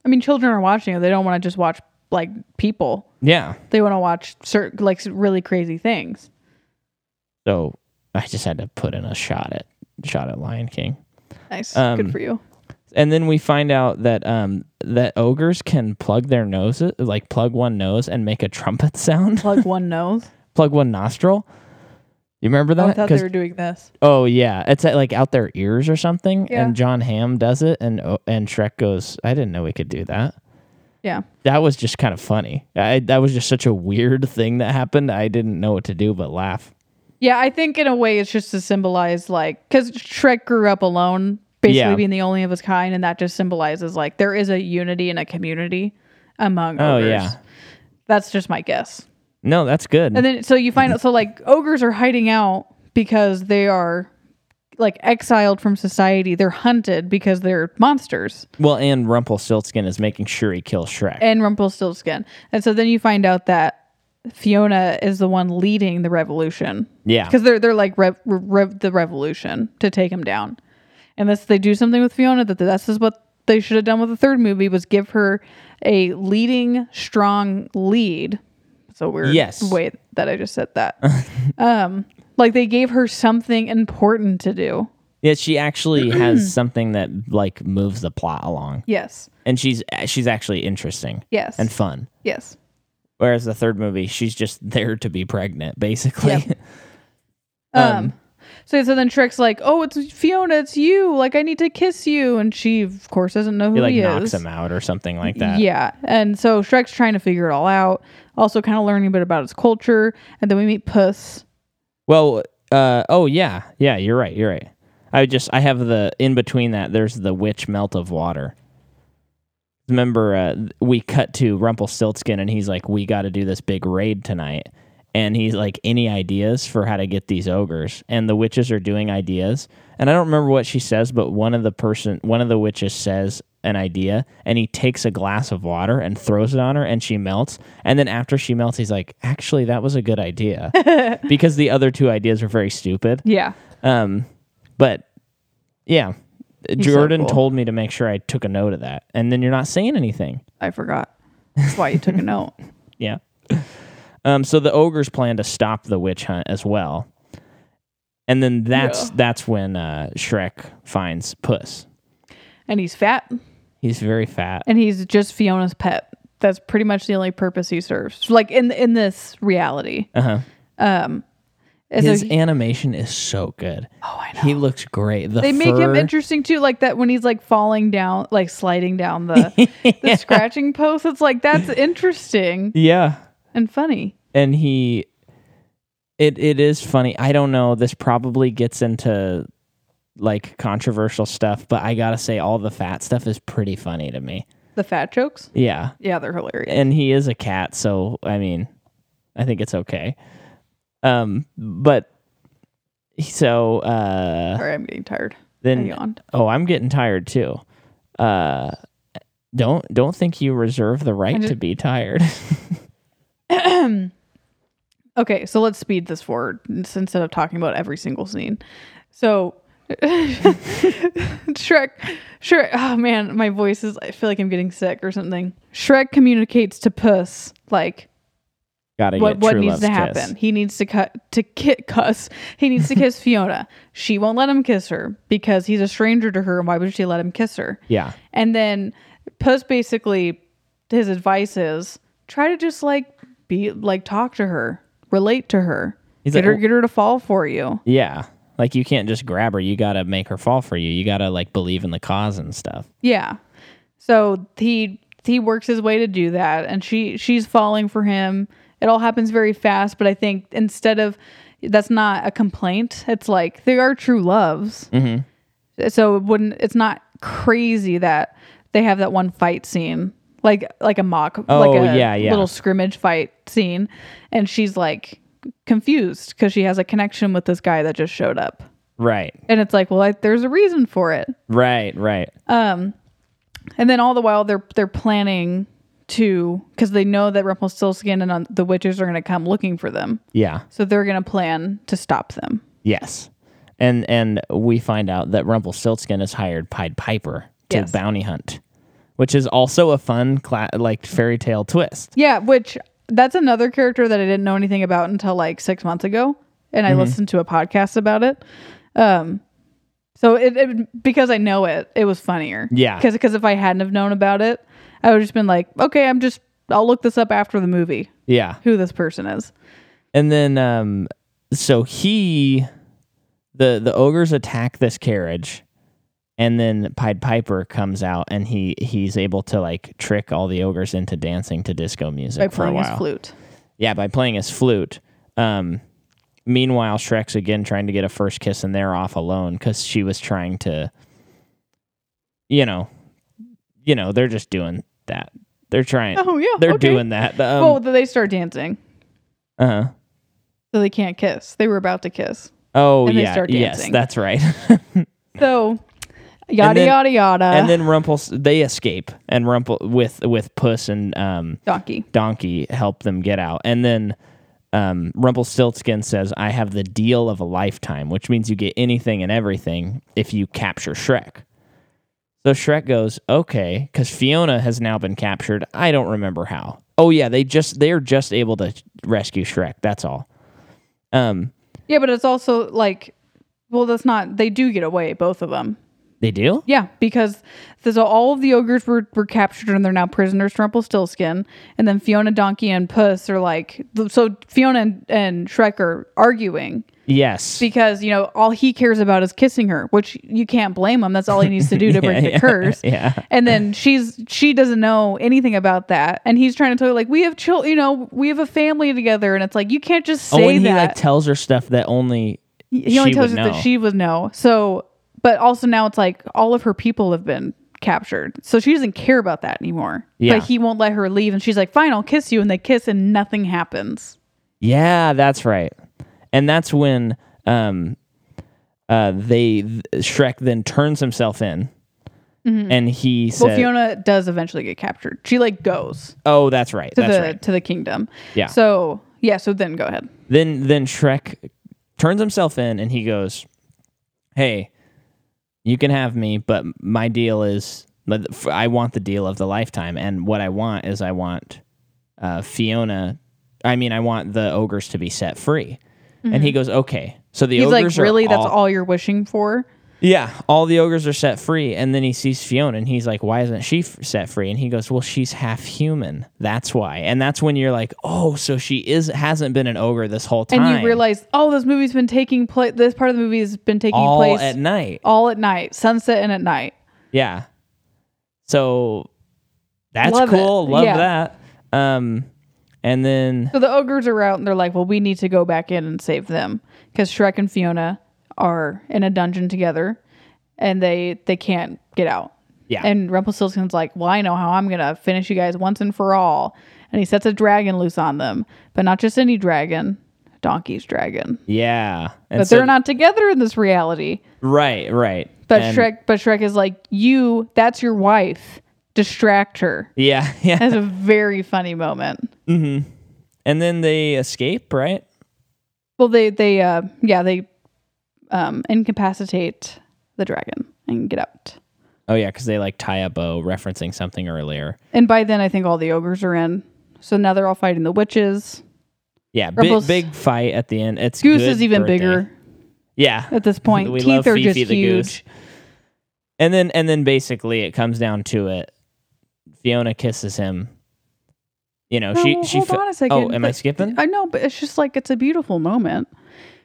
[SPEAKER 2] I mean, children are watching it. They don't want to just watch like people.
[SPEAKER 1] Yeah.
[SPEAKER 2] They want to watch certain like really crazy things.
[SPEAKER 1] So I just had to put in a shot at shot at Lion King.
[SPEAKER 2] Nice.
[SPEAKER 1] Um,
[SPEAKER 2] Good for you.
[SPEAKER 1] and then we find out that um that ogres can plug their noses like plug one nose and make a trumpet sound
[SPEAKER 2] Plug one nose.
[SPEAKER 1] plug one nostril you remember
[SPEAKER 2] Oh, I
[SPEAKER 1] that
[SPEAKER 2] thought
[SPEAKER 1] 'Cause-
[SPEAKER 2] they were doing this.
[SPEAKER 1] oh yeah it's at, like out their ears or something
[SPEAKER 2] Yeah.
[SPEAKER 1] and john Hamm does it and O- and shrek goes i didn't know we could do that
[SPEAKER 2] Yeah.
[SPEAKER 1] that was just kind of funny I, that was just such a weird thing that happened i didn't know what to do but laugh
[SPEAKER 2] Yeah. I think in a way it's just to symbolize like because Shrek grew up alone, basically
[SPEAKER 1] Yeah.
[SPEAKER 2] being the only of his kind, and that just symbolizes like there is a unity and a community among.
[SPEAKER 1] oh
[SPEAKER 2] ogres.
[SPEAKER 1] yeah
[SPEAKER 2] That's just my guess.
[SPEAKER 1] no that's good
[SPEAKER 2] And then so you find out so like ogres are hiding out because they are like exiled from society. They're hunted because they're monsters
[SPEAKER 1] well and rumpelstiltskin is making sure he kills shrek
[SPEAKER 2] and Rumpelstiltskin. And so then you find out that Fiona is the one leading the revolution.
[SPEAKER 1] Yeah.
[SPEAKER 2] Because they're they're like rev, rev, the revolution to take him down. Unless they do something with Fiona that that's is what they should have done with the third movie was give her a leading strong lead. It's a weird
[SPEAKER 1] Yes.
[SPEAKER 2] way that I just said that. um like they gave her something important to do.
[SPEAKER 1] Yeah, she actually has something that like moves the plot along,
[SPEAKER 2] Yes.
[SPEAKER 1] and she's she's actually interesting
[SPEAKER 2] Yes.
[SPEAKER 1] and fun.
[SPEAKER 2] yes.
[SPEAKER 1] Whereas the third movie, she's just there to be pregnant, basically.
[SPEAKER 2] Yep. So, so then Shrek's like, "Oh, it's Fiona, it's you. Like, I need to kiss you," and she, of course, doesn't know who
[SPEAKER 1] he like
[SPEAKER 2] he
[SPEAKER 1] knocks
[SPEAKER 2] is.
[SPEAKER 1] him out or something like that.
[SPEAKER 2] Yeah, and so Shrek's trying to figure it all out. Also, kind of learning a bit about his culture, and then we meet Puss.
[SPEAKER 1] Well, uh, oh yeah, yeah, you're right, you're right. I just I have the in between that. There's the witch melt of water. Remember, uh, we cut to Rumpelstiltskin, and he's like, "We got to do this big raid tonight." And he's like, "Any ideas for how to get these ogres?" And the witches are doing ideas, and I don't remember what she says, but one of the person, one of the witches says an idea, and he takes a glass of water and throws it on her, and she melts. And then after she melts, he's like, "Actually, that was a good idea." because the other two ideas were very stupid.
[SPEAKER 2] Yeah,
[SPEAKER 1] Um, but yeah,
[SPEAKER 2] so
[SPEAKER 1] Jordan
[SPEAKER 2] cool.
[SPEAKER 1] told me to make sure I took a note of that, and then you're not saying anything.
[SPEAKER 2] I forgot. That's why you took a note.
[SPEAKER 1] Yeah. Um, so the ogres plan to stop the witch hunt as well, and then that's
[SPEAKER 2] Yeah.
[SPEAKER 1] that's when uh, Shrek finds Puss.
[SPEAKER 2] And he's fat,
[SPEAKER 1] He's very fat.
[SPEAKER 2] and he's just Fiona's pet. That's pretty much the only purpose he serves. Like in in this reality,
[SPEAKER 1] Uh huh.
[SPEAKER 2] And so
[SPEAKER 1] Uh-huh. His
[SPEAKER 2] he-
[SPEAKER 1] animation is so good. Oh, I know. He looks great. The
[SPEAKER 2] they make him
[SPEAKER 1] fur-
[SPEAKER 2] interesting too, like that when he's like falling down, like sliding down the, the scratching post. It's like that's interesting
[SPEAKER 1] Yeah,
[SPEAKER 2] and funny.
[SPEAKER 1] and he it it is funny i don't know this probably gets into like controversial stuff but i gotta say all the fat stuff is pretty funny to me
[SPEAKER 2] The fat jokes,
[SPEAKER 1] yeah
[SPEAKER 2] yeah, they're hilarious.
[SPEAKER 1] and he is a cat so i mean i think it's okay um but so uh
[SPEAKER 2] Sorry, I'm getting tired. I
[SPEAKER 1] then
[SPEAKER 2] yawned.
[SPEAKER 1] oh i'm getting tired too uh don't don't think you reserve the right
[SPEAKER 2] just-
[SPEAKER 1] to be tired
[SPEAKER 2] Okay, so let's speed this forward s- instead of talking about every single scene. So Shrek Shrek oh man, my voice is I feel like I'm getting sick or something. Shrek communicates to Puss like
[SPEAKER 1] gotta
[SPEAKER 2] what
[SPEAKER 1] get
[SPEAKER 2] what
[SPEAKER 1] true
[SPEAKER 2] needs to
[SPEAKER 1] love's
[SPEAKER 2] happen.
[SPEAKER 1] kiss.
[SPEAKER 2] He needs to cut to ki- cuss. He needs to kiss Fiona. She won't let him kiss her because he's a stranger to her and why would she let him kiss her?
[SPEAKER 1] yeah
[SPEAKER 2] And then Puss basically his advice is try to just like be like talk to her, relate to her.
[SPEAKER 1] He's
[SPEAKER 2] get
[SPEAKER 1] like,
[SPEAKER 2] her
[SPEAKER 1] "Oh."
[SPEAKER 2] get her to fall for you.
[SPEAKER 1] Yeah. Like you can't just grab her. You got to make her fall for you. You got to like believe in the cause and stuff.
[SPEAKER 2] Yeah. So he he works his way to do that and she she's falling for him. It all happens very fast, but I think instead of that's not a complaint. It's like they are true loves.
[SPEAKER 1] Mm-hmm.
[SPEAKER 2] So it wouldn't it's not crazy that they have that one fight scene. Like like a mock like
[SPEAKER 1] Oh,
[SPEAKER 2] a
[SPEAKER 1] yeah, yeah.
[SPEAKER 2] little scrimmage fight scene and she's like confused cuz she has a connection with this guy that just showed up.
[SPEAKER 1] Right.
[SPEAKER 2] And it's like, well, I, there's a reason for it.
[SPEAKER 1] Right. Right.
[SPEAKER 2] And then all the while they're they're planning to because they know that Rumpelstiltskin and um, the witches are going to come looking for them,
[SPEAKER 1] yeah.
[SPEAKER 2] so they're going to plan to stop them.
[SPEAKER 1] Yes. And and we find out that Rumpelstiltskin has hired Pied Piper to
[SPEAKER 2] Yes.
[SPEAKER 1] bounty hunt, which is also a fun cla- like fairy tale twist.
[SPEAKER 2] Yeah, which that's another character that I didn't know anything about until like six months ago, and
[SPEAKER 1] Mm-hmm.
[SPEAKER 2] I listened to a podcast about it. Um, so it, it because I know it, it was funnier.
[SPEAKER 1] Yeah.
[SPEAKER 2] because if I hadn't have known about it, I would have just been like, okay, I'm just I'll look this up after the movie
[SPEAKER 1] Yeah.
[SPEAKER 2] who this person is.
[SPEAKER 1] And then um so he the the ogres attack this carriage and then Pied Piper comes out and he he's able to like trick all the ogres into dancing to disco music
[SPEAKER 2] By
[SPEAKER 1] for a
[SPEAKER 2] playing
[SPEAKER 1] while.
[SPEAKER 2] his flute.
[SPEAKER 1] Yeah, by playing his flute. Um, meanwhile, Shrek's again trying to get a first kiss, and they're off alone because she was trying to, you know, you know, they're just doing that. They're trying.
[SPEAKER 2] Oh, yeah,
[SPEAKER 1] they're
[SPEAKER 2] okay.
[SPEAKER 1] doing that. The, Um,
[SPEAKER 2] well, they start dancing.
[SPEAKER 1] uh-huh.
[SPEAKER 2] So they can't kiss. They were about to kiss.
[SPEAKER 1] Oh
[SPEAKER 2] And they
[SPEAKER 1] yeah,
[SPEAKER 2] start
[SPEAKER 1] yes,
[SPEAKER 2] dancing.
[SPEAKER 1] that's right.
[SPEAKER 2] So yada
[SPEAKER 1] then-
[SPEAKER 2] yada yada.
[SPEAKER 1] and then Rumple, they escape, and Rumple with with Puss and um,
[SPEAKER 2] donkey.
[SPEAKER 1] donkey help them get out. And then um, Rumpelstiltskin says, I have the deal of a lifetime, which means you get anything and everything if you capture Shrek. So Shrek goes, okay, because Fiona has now been captured. I don't remember how. Oh yeah, they just they are just able to rescue Shrek. That's all. Um,
[SPEAKER 2] Yeah, but it's also like, well, that's not. They do get away, both of them.
[SPEAKER 1] they do.
[SPEAKER 2] Yeah, because there's all of the ogres were, were captured and they're now prisoners to Rumpelstiltskin. And then Fiona, Donkey, and Puss are like, so Fiona and, and Shrek are arguing
[SPEAKER 1] Yes.
[SPEAKER 2] because, you know, all he cares about is kissing her, which you can't blame him. That's all he needs to do to break the
[SPEAKER 1] yeah,
[SPEAKER 2] curse.
[SPEAKER 1] yeah.
[SPEAKER 2] And then she's she doesn't know anything about that, and he's trying to tell her like we have children, you know, we have a family together, and it's like you can't just
[SPEAKER 1] Oh,
[SPEAKER 2] say
[SPEAKER 1] when he like
[SPEAKER 2] that.
[SPEAKER 1] tells her stuff that only
[SPEAKER 2] he only
[SPEAKER 1] she
[SPEAKER 2] tells
[SPEAKER 1] would
[SPEAKER 2] her
[SPEAKER 1] know.
[SPEAKER 2] that she would know. So, but also now it's like all of her people have been captured, so she doesn't care about that anymore.
[SPEAKER 1] Yeah.
[SPEAKER 2] But he won't let her leave, and she's like, "Fine, I'll kiss you," and they kiss, and nothing happens.
[SPEAKER 1] Yeah, that's right. And that's when um uh they th- Shrek then turns himself in. And he says,
[SPEAKER 2] Mm-hmm. Well, Fiona does eventually get captured. She like goes
[SPEAKER 1] "Oh, that's right.
[SPEAKER 2] to
[SPEAKER 1] That's
[SPEAKER 2] the
[SPEAKER 1] right."
[SPEAKER 2] to the kingdom.
[SPEAKER 1] Yeah.
[SPEAKER 2] So yeah. So then go ahead.
[SPEAKER 1] Then then Shrek turns himself in and he goes, "Hey, you can have me, but my deal is but f- I want the deal of the lifetime, and what I want is I want uh, Fiona. I mean, I want the ogres to be set free." And he goes, "Okay." So the
[SPEAKER 2] Mm-hmm. He's
[SPEAKER 1] ogres
[SPEAKER 2] like,
[SPEAKER 1] are
[SPEAKER 2] really? That's
[SPEAKER 1] all
[SPEAKER 2] all you're wishing for?
[SPEAKER 1] Yeah, all the ogres are set free, and then he sees Fiona, and he's like, "Why isn't she f- set free?" And he goes, "Well, she's half human. That's why." And that's when you're like, "Oh, so she is hasn't been an ogre this whole time."
[SPEAKER 2] And you realize, oh, this movie's been taking place. This part of the movie has been taking
[SPEAKER 1] all
[SPEAKER 2] place
[SPEAKER 1] at night.
[SPEAKER 2] all at night, sunset and at night.
[SPEAKER 1] Yeah. So that's
[SPEAKER 2] Love it.
[SPEAKER 1] cool. Love
[SPEAKER 2] Yeah.
[SPEAKER 1] that. Um, and then
[SPEAKER 2] So the ogres are out, and they're like, well, we need to go back in and save them because Shrek and Fiona are in a dungeon together, and they they can't get out.
[SPEAKER 1] yeah,
[SPEAKER 2] And Rumpelstiltskin's like, well, I know how I'm gonna finish you guys once and for all. And he sets a dragon loose on them, but not just any dragon, Donkey's dragon.
[SPEAKER 1] yeah. And
[SPEAKER 2] But
[SPEAKER 1] so-
[SPEAKER 2] they're not together in this reality.
[SPEAKER 1] right, right.
[SPEAKER 2] But
[SPEAKER 1] And-
[SPEAKER 2] Shrek, but Shrek is like, you, that's your wife. Distract her.
[SPEAKER 1] Yeah, yeah.
[SPEAKER 2] That's a very funny moment.
[SPEAKER 1] And then they escape, right?
[SPEAKER 2] Well, they they uh yeah they um incapacitate the dragon and get out.
[SPEAKER 1] Oh yeah, because they like tie a bow, referencing something earlier.
[SPEAKER 2] And by then, I think all the ogres are in. So now they're all fighting the witches.
[SPEAKER 1] Yeah, big
[SPEAKER 2] Rumpels-
[SPEAKER 1] big fight at the end. It's
[SPEAKER 2] Goose
[SPEAKER 1] good
[SPEAKER 2] is even
[SPEAKER 1] birthday.
[SPEAKER 2] bigger
[SPEAKER 1] Yeah,
[SPEAKER 2] at this point.
[SPEAKER 1] we love
[SPEAKER 2] Teeth are
[SPEAKER 1] Fifi
[SPEAKER 2] just
[SPEAKER 1] the
[SPEAKER 2] huge.
[SPEAKER 1] goose. And then and then basically it comes down to it. Fiona kisses him. You know,
[SPEAKER 2] No,
[SPEAKER 1] she
[SPEAKER 2] well,
[SPEAKER 1] she
[SPEAKER 2] hold
[SPEAKER 1] fe-
[SPEAKER 2] on a second. Uh,
[SPEAKER 1] Oh, am I
[SPEAKER 2] But-
[SPEAKER 1] skipping?
[SPEAKER 2] I know, but it's just like it's a beautiful moment.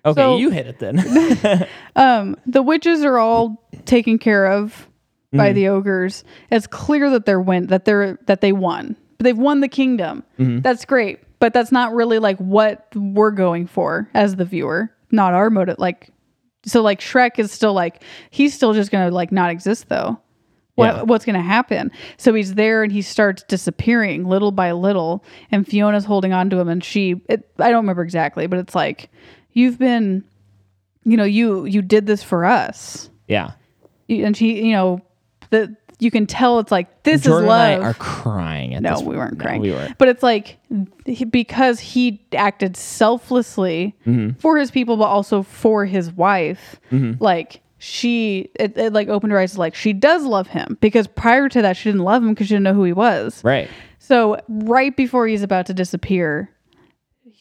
[SPEAKER 1] Okay,
[SPEAKER 2] so-
[SPEAKER 1] you hit it then.
[SPEAKER 2] Um, the witches are all taken care of by the ogres. It's clear that they're win that they're that they won. They've won the kingdom. That's great, but that's not really like what we're going for as the viewer. Not our motive. Like, so like Shrek is still like he's still just gonna like not exist though. What
[SPEAKER 1] Yeah.
[SPEAKER 2] what's gonna happen? So he's there and he starts disappearing little by little, and Fiona's holding on to him, and she it, I don't remember exactly, but it's like you've been you know you you did this for us
[SPEAKER 1] yeah.
[SPEAKER 2] You- and she you know that you can tell it's like this
[SPEAKER 1] Jordan
[SPEAKER 2] is love
[SPEAKER 1] and I are crying at
[SPEAKER 2] no
[SPEAKER 1] this
[SPEAKER 2] we weren't
[SPEAKER 1] no,
[SPEAKER 2] crying
[SPEAKER 1] we weren't.
[SPEAKER 2] but it's like he- because he acted selflessly
[SPEAKER 1] Mm-hmm.
[SPEAKER 2] for his people but also for his wife like she it, it like opened her eyes to like she does love him because prior to that she didn't love him because she didn't know who he was
[SPEAKER 1] Right.
[SPEAKER 2] so right before he's about to disappear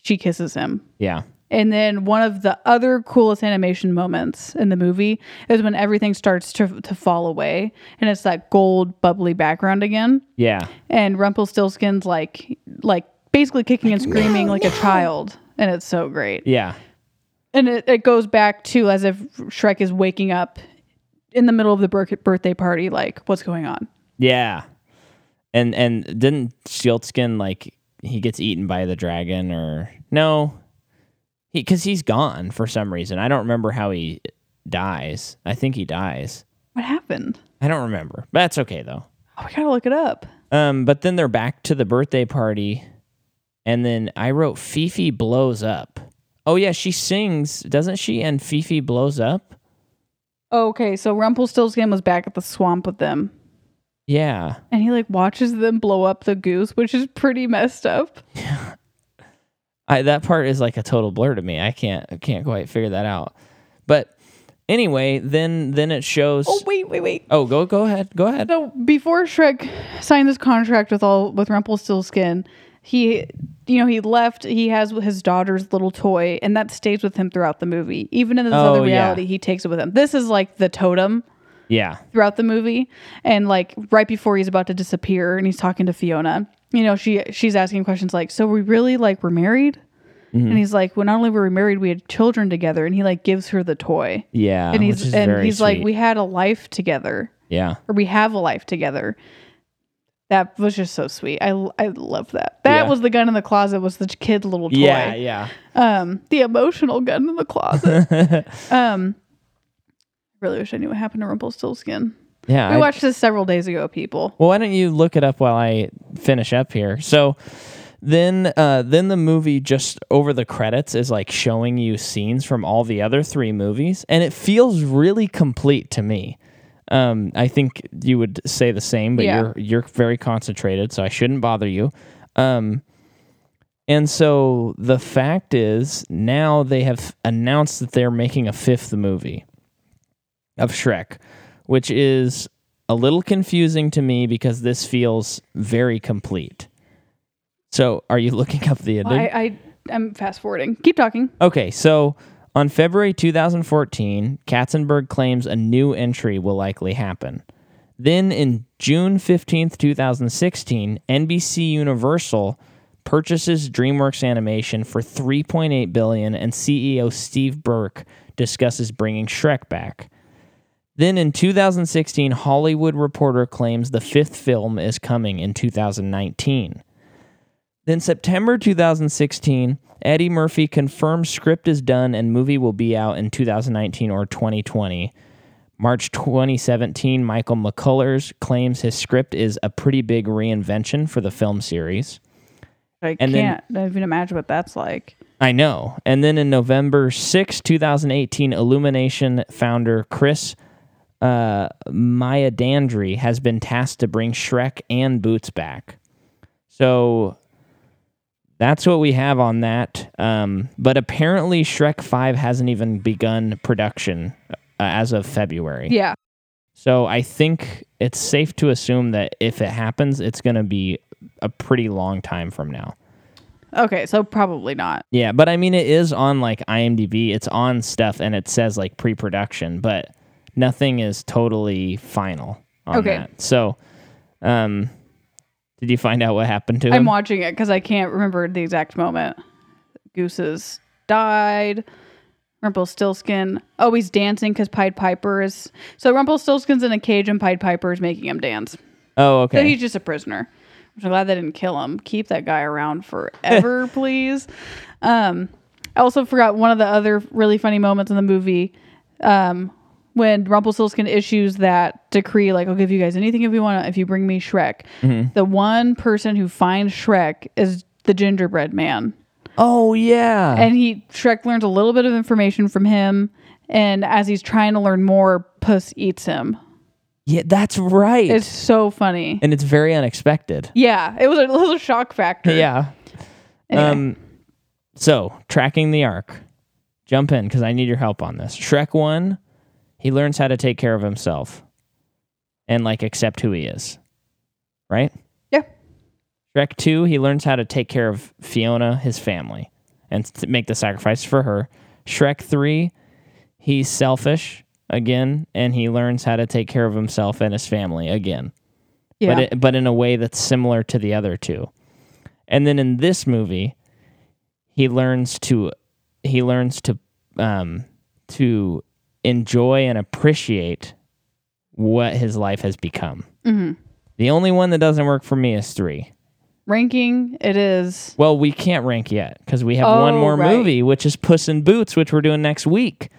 [SPEAKER 2] she kisses him
[SPEAKER 1] Yeah.
[SPEAKER 2] and then one of the other coolest animation moments in the movie is when everything starts to, to fall away and it's that gold bubbly background again.
[SPEAKER 1] Yeah.
[SPEAKER 2] And Rumpelstiltskin's like like basically kicking and screaming like a child. And it's so great.
[SPEAKER 1] Yeah.
[SPEAKER 2] And it, it goes back to as if Shrek is waking up in the middle of the bir- birthday party, like, what's going on?
[SPEAKER 1] Yeah. And and didn't Shieldskin like he gets eaten by the dragon or no? He because he's gone for some reason. I don't remember how he dies. I think he dies.
[SPEAKER 2] What happened?
[SPEAKER 1] I don't remember. But that's okay though.
[SPEAKER 2] Oh, we gotta look it up.
[SPEAKER 1] Um, but then they're back to the birthday party, and then I wrote Fifi blows up. Oh yeah, she sings, doesn't she? And Fifi blows up.
[SPEAKER 2] Okay, so Rumpelstiltskin was back at the swamp with them.
[SPEAKER 1] Yeah.
[SPEAKER 2] and he like watches them blow up the goose, which is pretty messed up.
[SPEAKER 1] I that part is like a total blur to me. I can't I can't quite figure that out. But anyway, then then it shows
[SPEAKER 2] Oh
[SPEAKER 1] Oh,
[SPEAKER 2] wait, wait, wait.
[SPEAKER 1] go go ahead. Go ahead.
[SPEAKER 2] So before Shrek signed this contract with all with Rumpelstiltskin, he you know he left. He has his daughter's little toy, and that stays with him throughout the movie. Even in this
[SPEAKER 1] Oh,
[SPEAKER 2] other
[SPEAKER 1] yeah.
[SPEAKER 2] reality, he takes it with him. This is like the totem
[SPEAKER 1] Yeah.
[SPEAKER 2] throughout the movie, and like right before he's about to disappear, and he's talking to Fiona. You know, she she's asking questions like, "So we really like were married?"
[SPEAKER 1] Mm-hmm.
[SPEAKER 2] And he's like, "Well, not only were we married, we had children together." And he like gives her the toy.
[SPEAKER 1] Yeah.
[SPEAKER 2] and
[SPEAKER 1] which
[SPEAKER 2] he's
[SPEAKER 1] is
[SPEAKER 2] and
[SPEAKER 1] very
[SPEAKER 2] he's like
[SPEAKER 1] sweet.
[SPEAKER 2] we had a life together
[SPEAKER 1] Yeah.
[SPEAKER 2] or we have a life together that was just so sweet i i love that that
[SPEAKER 1] Yeah.
[SPEAKER 2] was the gun in the closet was the kid little toy
[SPEAKER 1] Yeah, yeah.
[SPEAKER 2] um the emotional gun in the closet um really wish i knew what happened to rumpelstiltskin
[SPEAKER 1] Yeah.
[SPEAKER 2] we
[SPEAKER 1] I-
[SPEAKER 2] watched this several days ago people
[SPEAKER 1] well, why don't you look it up while I finish up here? So then uh then the movie just over the credits is like showing you scenes from all the other three movies and it feels really complete to me. Um, I think you would say the same, but
[SPEAKER 2] Yeah.
[SPEAKER 1] you're you're very concentrated, so I shouldn't bother you. Um, and so the fact is, now they have announced that they're making a fifth movie of Shrek, which is a little confusing to me because this feels very complete. So, are you looking up the ending?
[SPEAKER 2] i i i'm fast forwarding keep talking
[SPEAKER 1] Okay, so On February 2014, Katzenberg claims a new entry will likely happen. Then, in June 15, 2016, NBC Universal purchases DreamWorks Animation for 3.8 billion, and CEO Steve Burke discusses bringing Shrek back. Then, in 2016, Hollywood Reporter claims the fifth film is coming in 2019. Then September 2016, Eddie Murphy confirms script is done and movie will be out in 2019 or 2020. March 2017, Michael McCullers claims his script is a pretty big reinvention for the film series.
[SPEAKER 2] I
[SPEAKER 1] And then-
[SPEAKER 2] can't even imagine what that's like.
[SPEAKER 1] I know. And then in November 6, 2018, Illumination founder Chris uh, Maya Dandry has been tasked to bring Shrek and Boots back. So that's what we have on that. Um, but apparently, Shrek 5 hasn't even begun production uh, as of February.
[SPEAKER 2] Yeah.
[SPEAKER 1] So I think it's safe to assume that if it happens, it's going to be a pretty long time from now.
[SPEAKER 2] Okay, so probably not.
[SPEAKER 1] Yeah, but I mean, it is on like IMDb. It's on stuff, and it says like pre-production, but nothing is totally final on
[SPEAKER 2] Okay.
[SPEAKER 1] that. So, um, did you find out what happened to
[SPEAKER 2] I'm
[SPEAKER 1] him?
[SPEAKER 2] watching it because I can't remember the exact moment. Gooses died. Rumpelstiltskin. Oh, he's dancing because Pied Piper is. So Rumpelstiltskin's in a cage and Pied Piper is making him dance.
[SPEAKER 1] oh,
[SPEAKER 2] So
[SPEAKER 1] okay.
[SPEAKER 2] he's just a prisoner. Which I'm glad they didn't kill him. Keep that guy around forever, please. Um, I also forgot one of the other really funny moments in the movie um, when Rumpelstiltskin issues that decree, like, I'll give you guys anything if you want if you bring me Shrek.
[SPEAKER 1] Mm-hmm.
[SPEAKER 2] The one person who finds Shrek is the gingerbread man.
[SPEAKER 1] oh, yeah.
[SPEAKER 2] And he Shrek learns a little bit of information from him. And as he's trying to learn more, Puss eats him.
[SPEAKER 1] yeah, that's right.
[SPEAKER 2] It's so funny.
[SPEAKER 1] and it's very unexpected.
[SPEAKER 2] Yeah, it was a little shock factor.
[SPEAKER 1] Yeah. Um. So tracking the arc. Jump in because I need your help on this. Shrek one, he learns how to take care of himself, and like accept who he is, right?
[SPEAKER 2] Yeah.
[SPEAKER 1] Shrek 2, he learns how to take care of Fiona, his family, and s- make the sacrifice for her. Shrek 3, he's selfish again, and he learns how to take care of himself and his family again.
[SPEAKER 2] Yeah.
[SPEAKER 1] But, it, but in a way that's similar to the other two. And then in this movie, he learns to he learns to um, to enjoy and appreciate what his life has become.
[SPEAKER 2] Mm-hmm.
[SPEAKER 1] The only one that doesn't work for me is three.
[SPEAKER 2] ranking, it is.
[SPEAKER 1] Well, we can't rank yet because we have
[SPEAKER 2] Oh,
[SPEAKER 1] one more
[SPEAKER 2] right.
[SPEAKER 1] movie, which is Puss in Boots, which we're doing next week.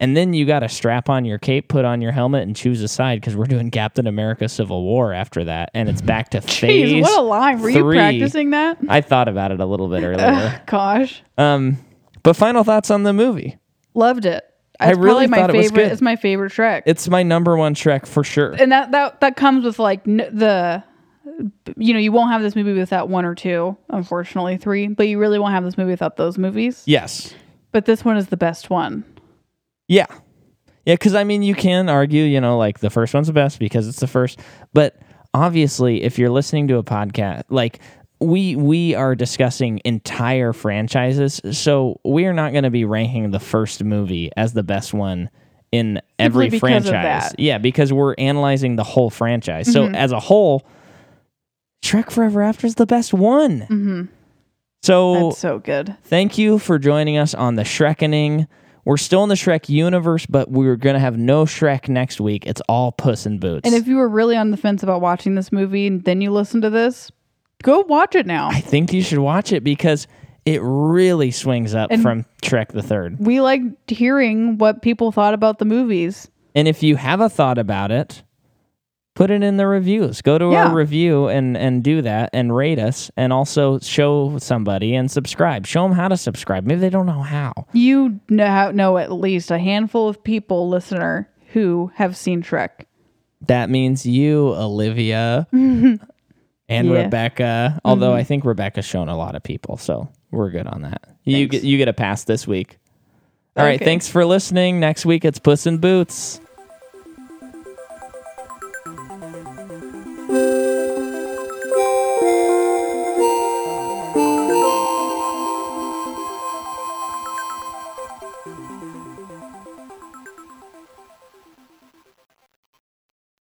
[SPEAKER 1] And then you got to strap on your cape, put on your helmet, and choose a side because we're doing Captain America Civil War after that. And it's back to phase.
[SPEAKER 2] Jeez, what a line. Were you
[SPEAKER 1] three.
[SPEAKER 2] practicing that?
[SPEAKER 1] I thought about it a little bit earlier.
[SPEAKER 2] Gosh,
[SPEAKER 1] um, but final thoughts on the movie.
[SPEAKER 2] loved it.
[SPEAKER 1] I
[SPEAKER 2] It's
[SPEAKER 1] really
[SPEAKER 2] probably my
[SPEAKER 1] thought it
[SPEAKER 2] favorite.
[SPEAKER 1] was good.
[SPEAKER 2] It's my favorite Shrek.
[SPEAKER 1] It's my number one Shrek for sure.
[SPEAKER 2] and that that that comes with like n- the you know, you won't have this movie without one or two, unfortunately, three, but you really won't have this movie without those movies.
[SPEAKER 1] yes.
[SPEAKER 2] But this one is the best one.
[SPEAKER 1] Yeah. Yeah, because I mean, you can argue, you know, like the first one's the best because it's the first. But obviously, if you're listening to a podcast, like we we are discussing entire franchises, so we are not going to be ranking the first movie as the best one in every
[SPEAKER 2] because of
[SPEAKER 1] franchise.
[SPEAKER 2] that. Mm-hmm.
[SPEAKER 1] Yeah, because we're analyzing the whole franchise. So as a whole, Shrek Forever After is the best one. So
[SPEAKER 2] Mm-hmm. That's so good.
[SPEAKER 1] Thank you for joining us on the Shrekening. We're still in the Shrek universe, but we're going to have no Shrek next week. It's all Puss in Boots.
[SPEAKER 2] And if you were really on the fence about watching this movie and then you listen to this, go watch it now.
[SPEAKER 1] I think you should watch it because it really swings up from Shrek the Third.
[SPEAKER 2] We liked hearing what people thought about the movies.
[SPEAKER 1] And if you have a thought about it, put it in the reviews. Go to
[SPEAKER 2] Yeah.
[SPEAKER 1] our review and and do that and rate us and also show somebody and subscribe. Show them how to subscribe. Maybe they don't know how.
[SPEAKER 2] You know, know at least a handful of people, listener, who have seen Shrek.
[SPEAKER 1] That means you, Olivia, and
[SPEAKER 2] Yeah. Mm-hmm.
[SPEAKER 1] Rebecca. Although I think Rebecca's shown a lot of people, so we're good on that. You get you get a pass this week. All right,
[SPEAKER 2] Okay.
[SPEAKER 1] thanks for listening. Next week it's Puss in Boots.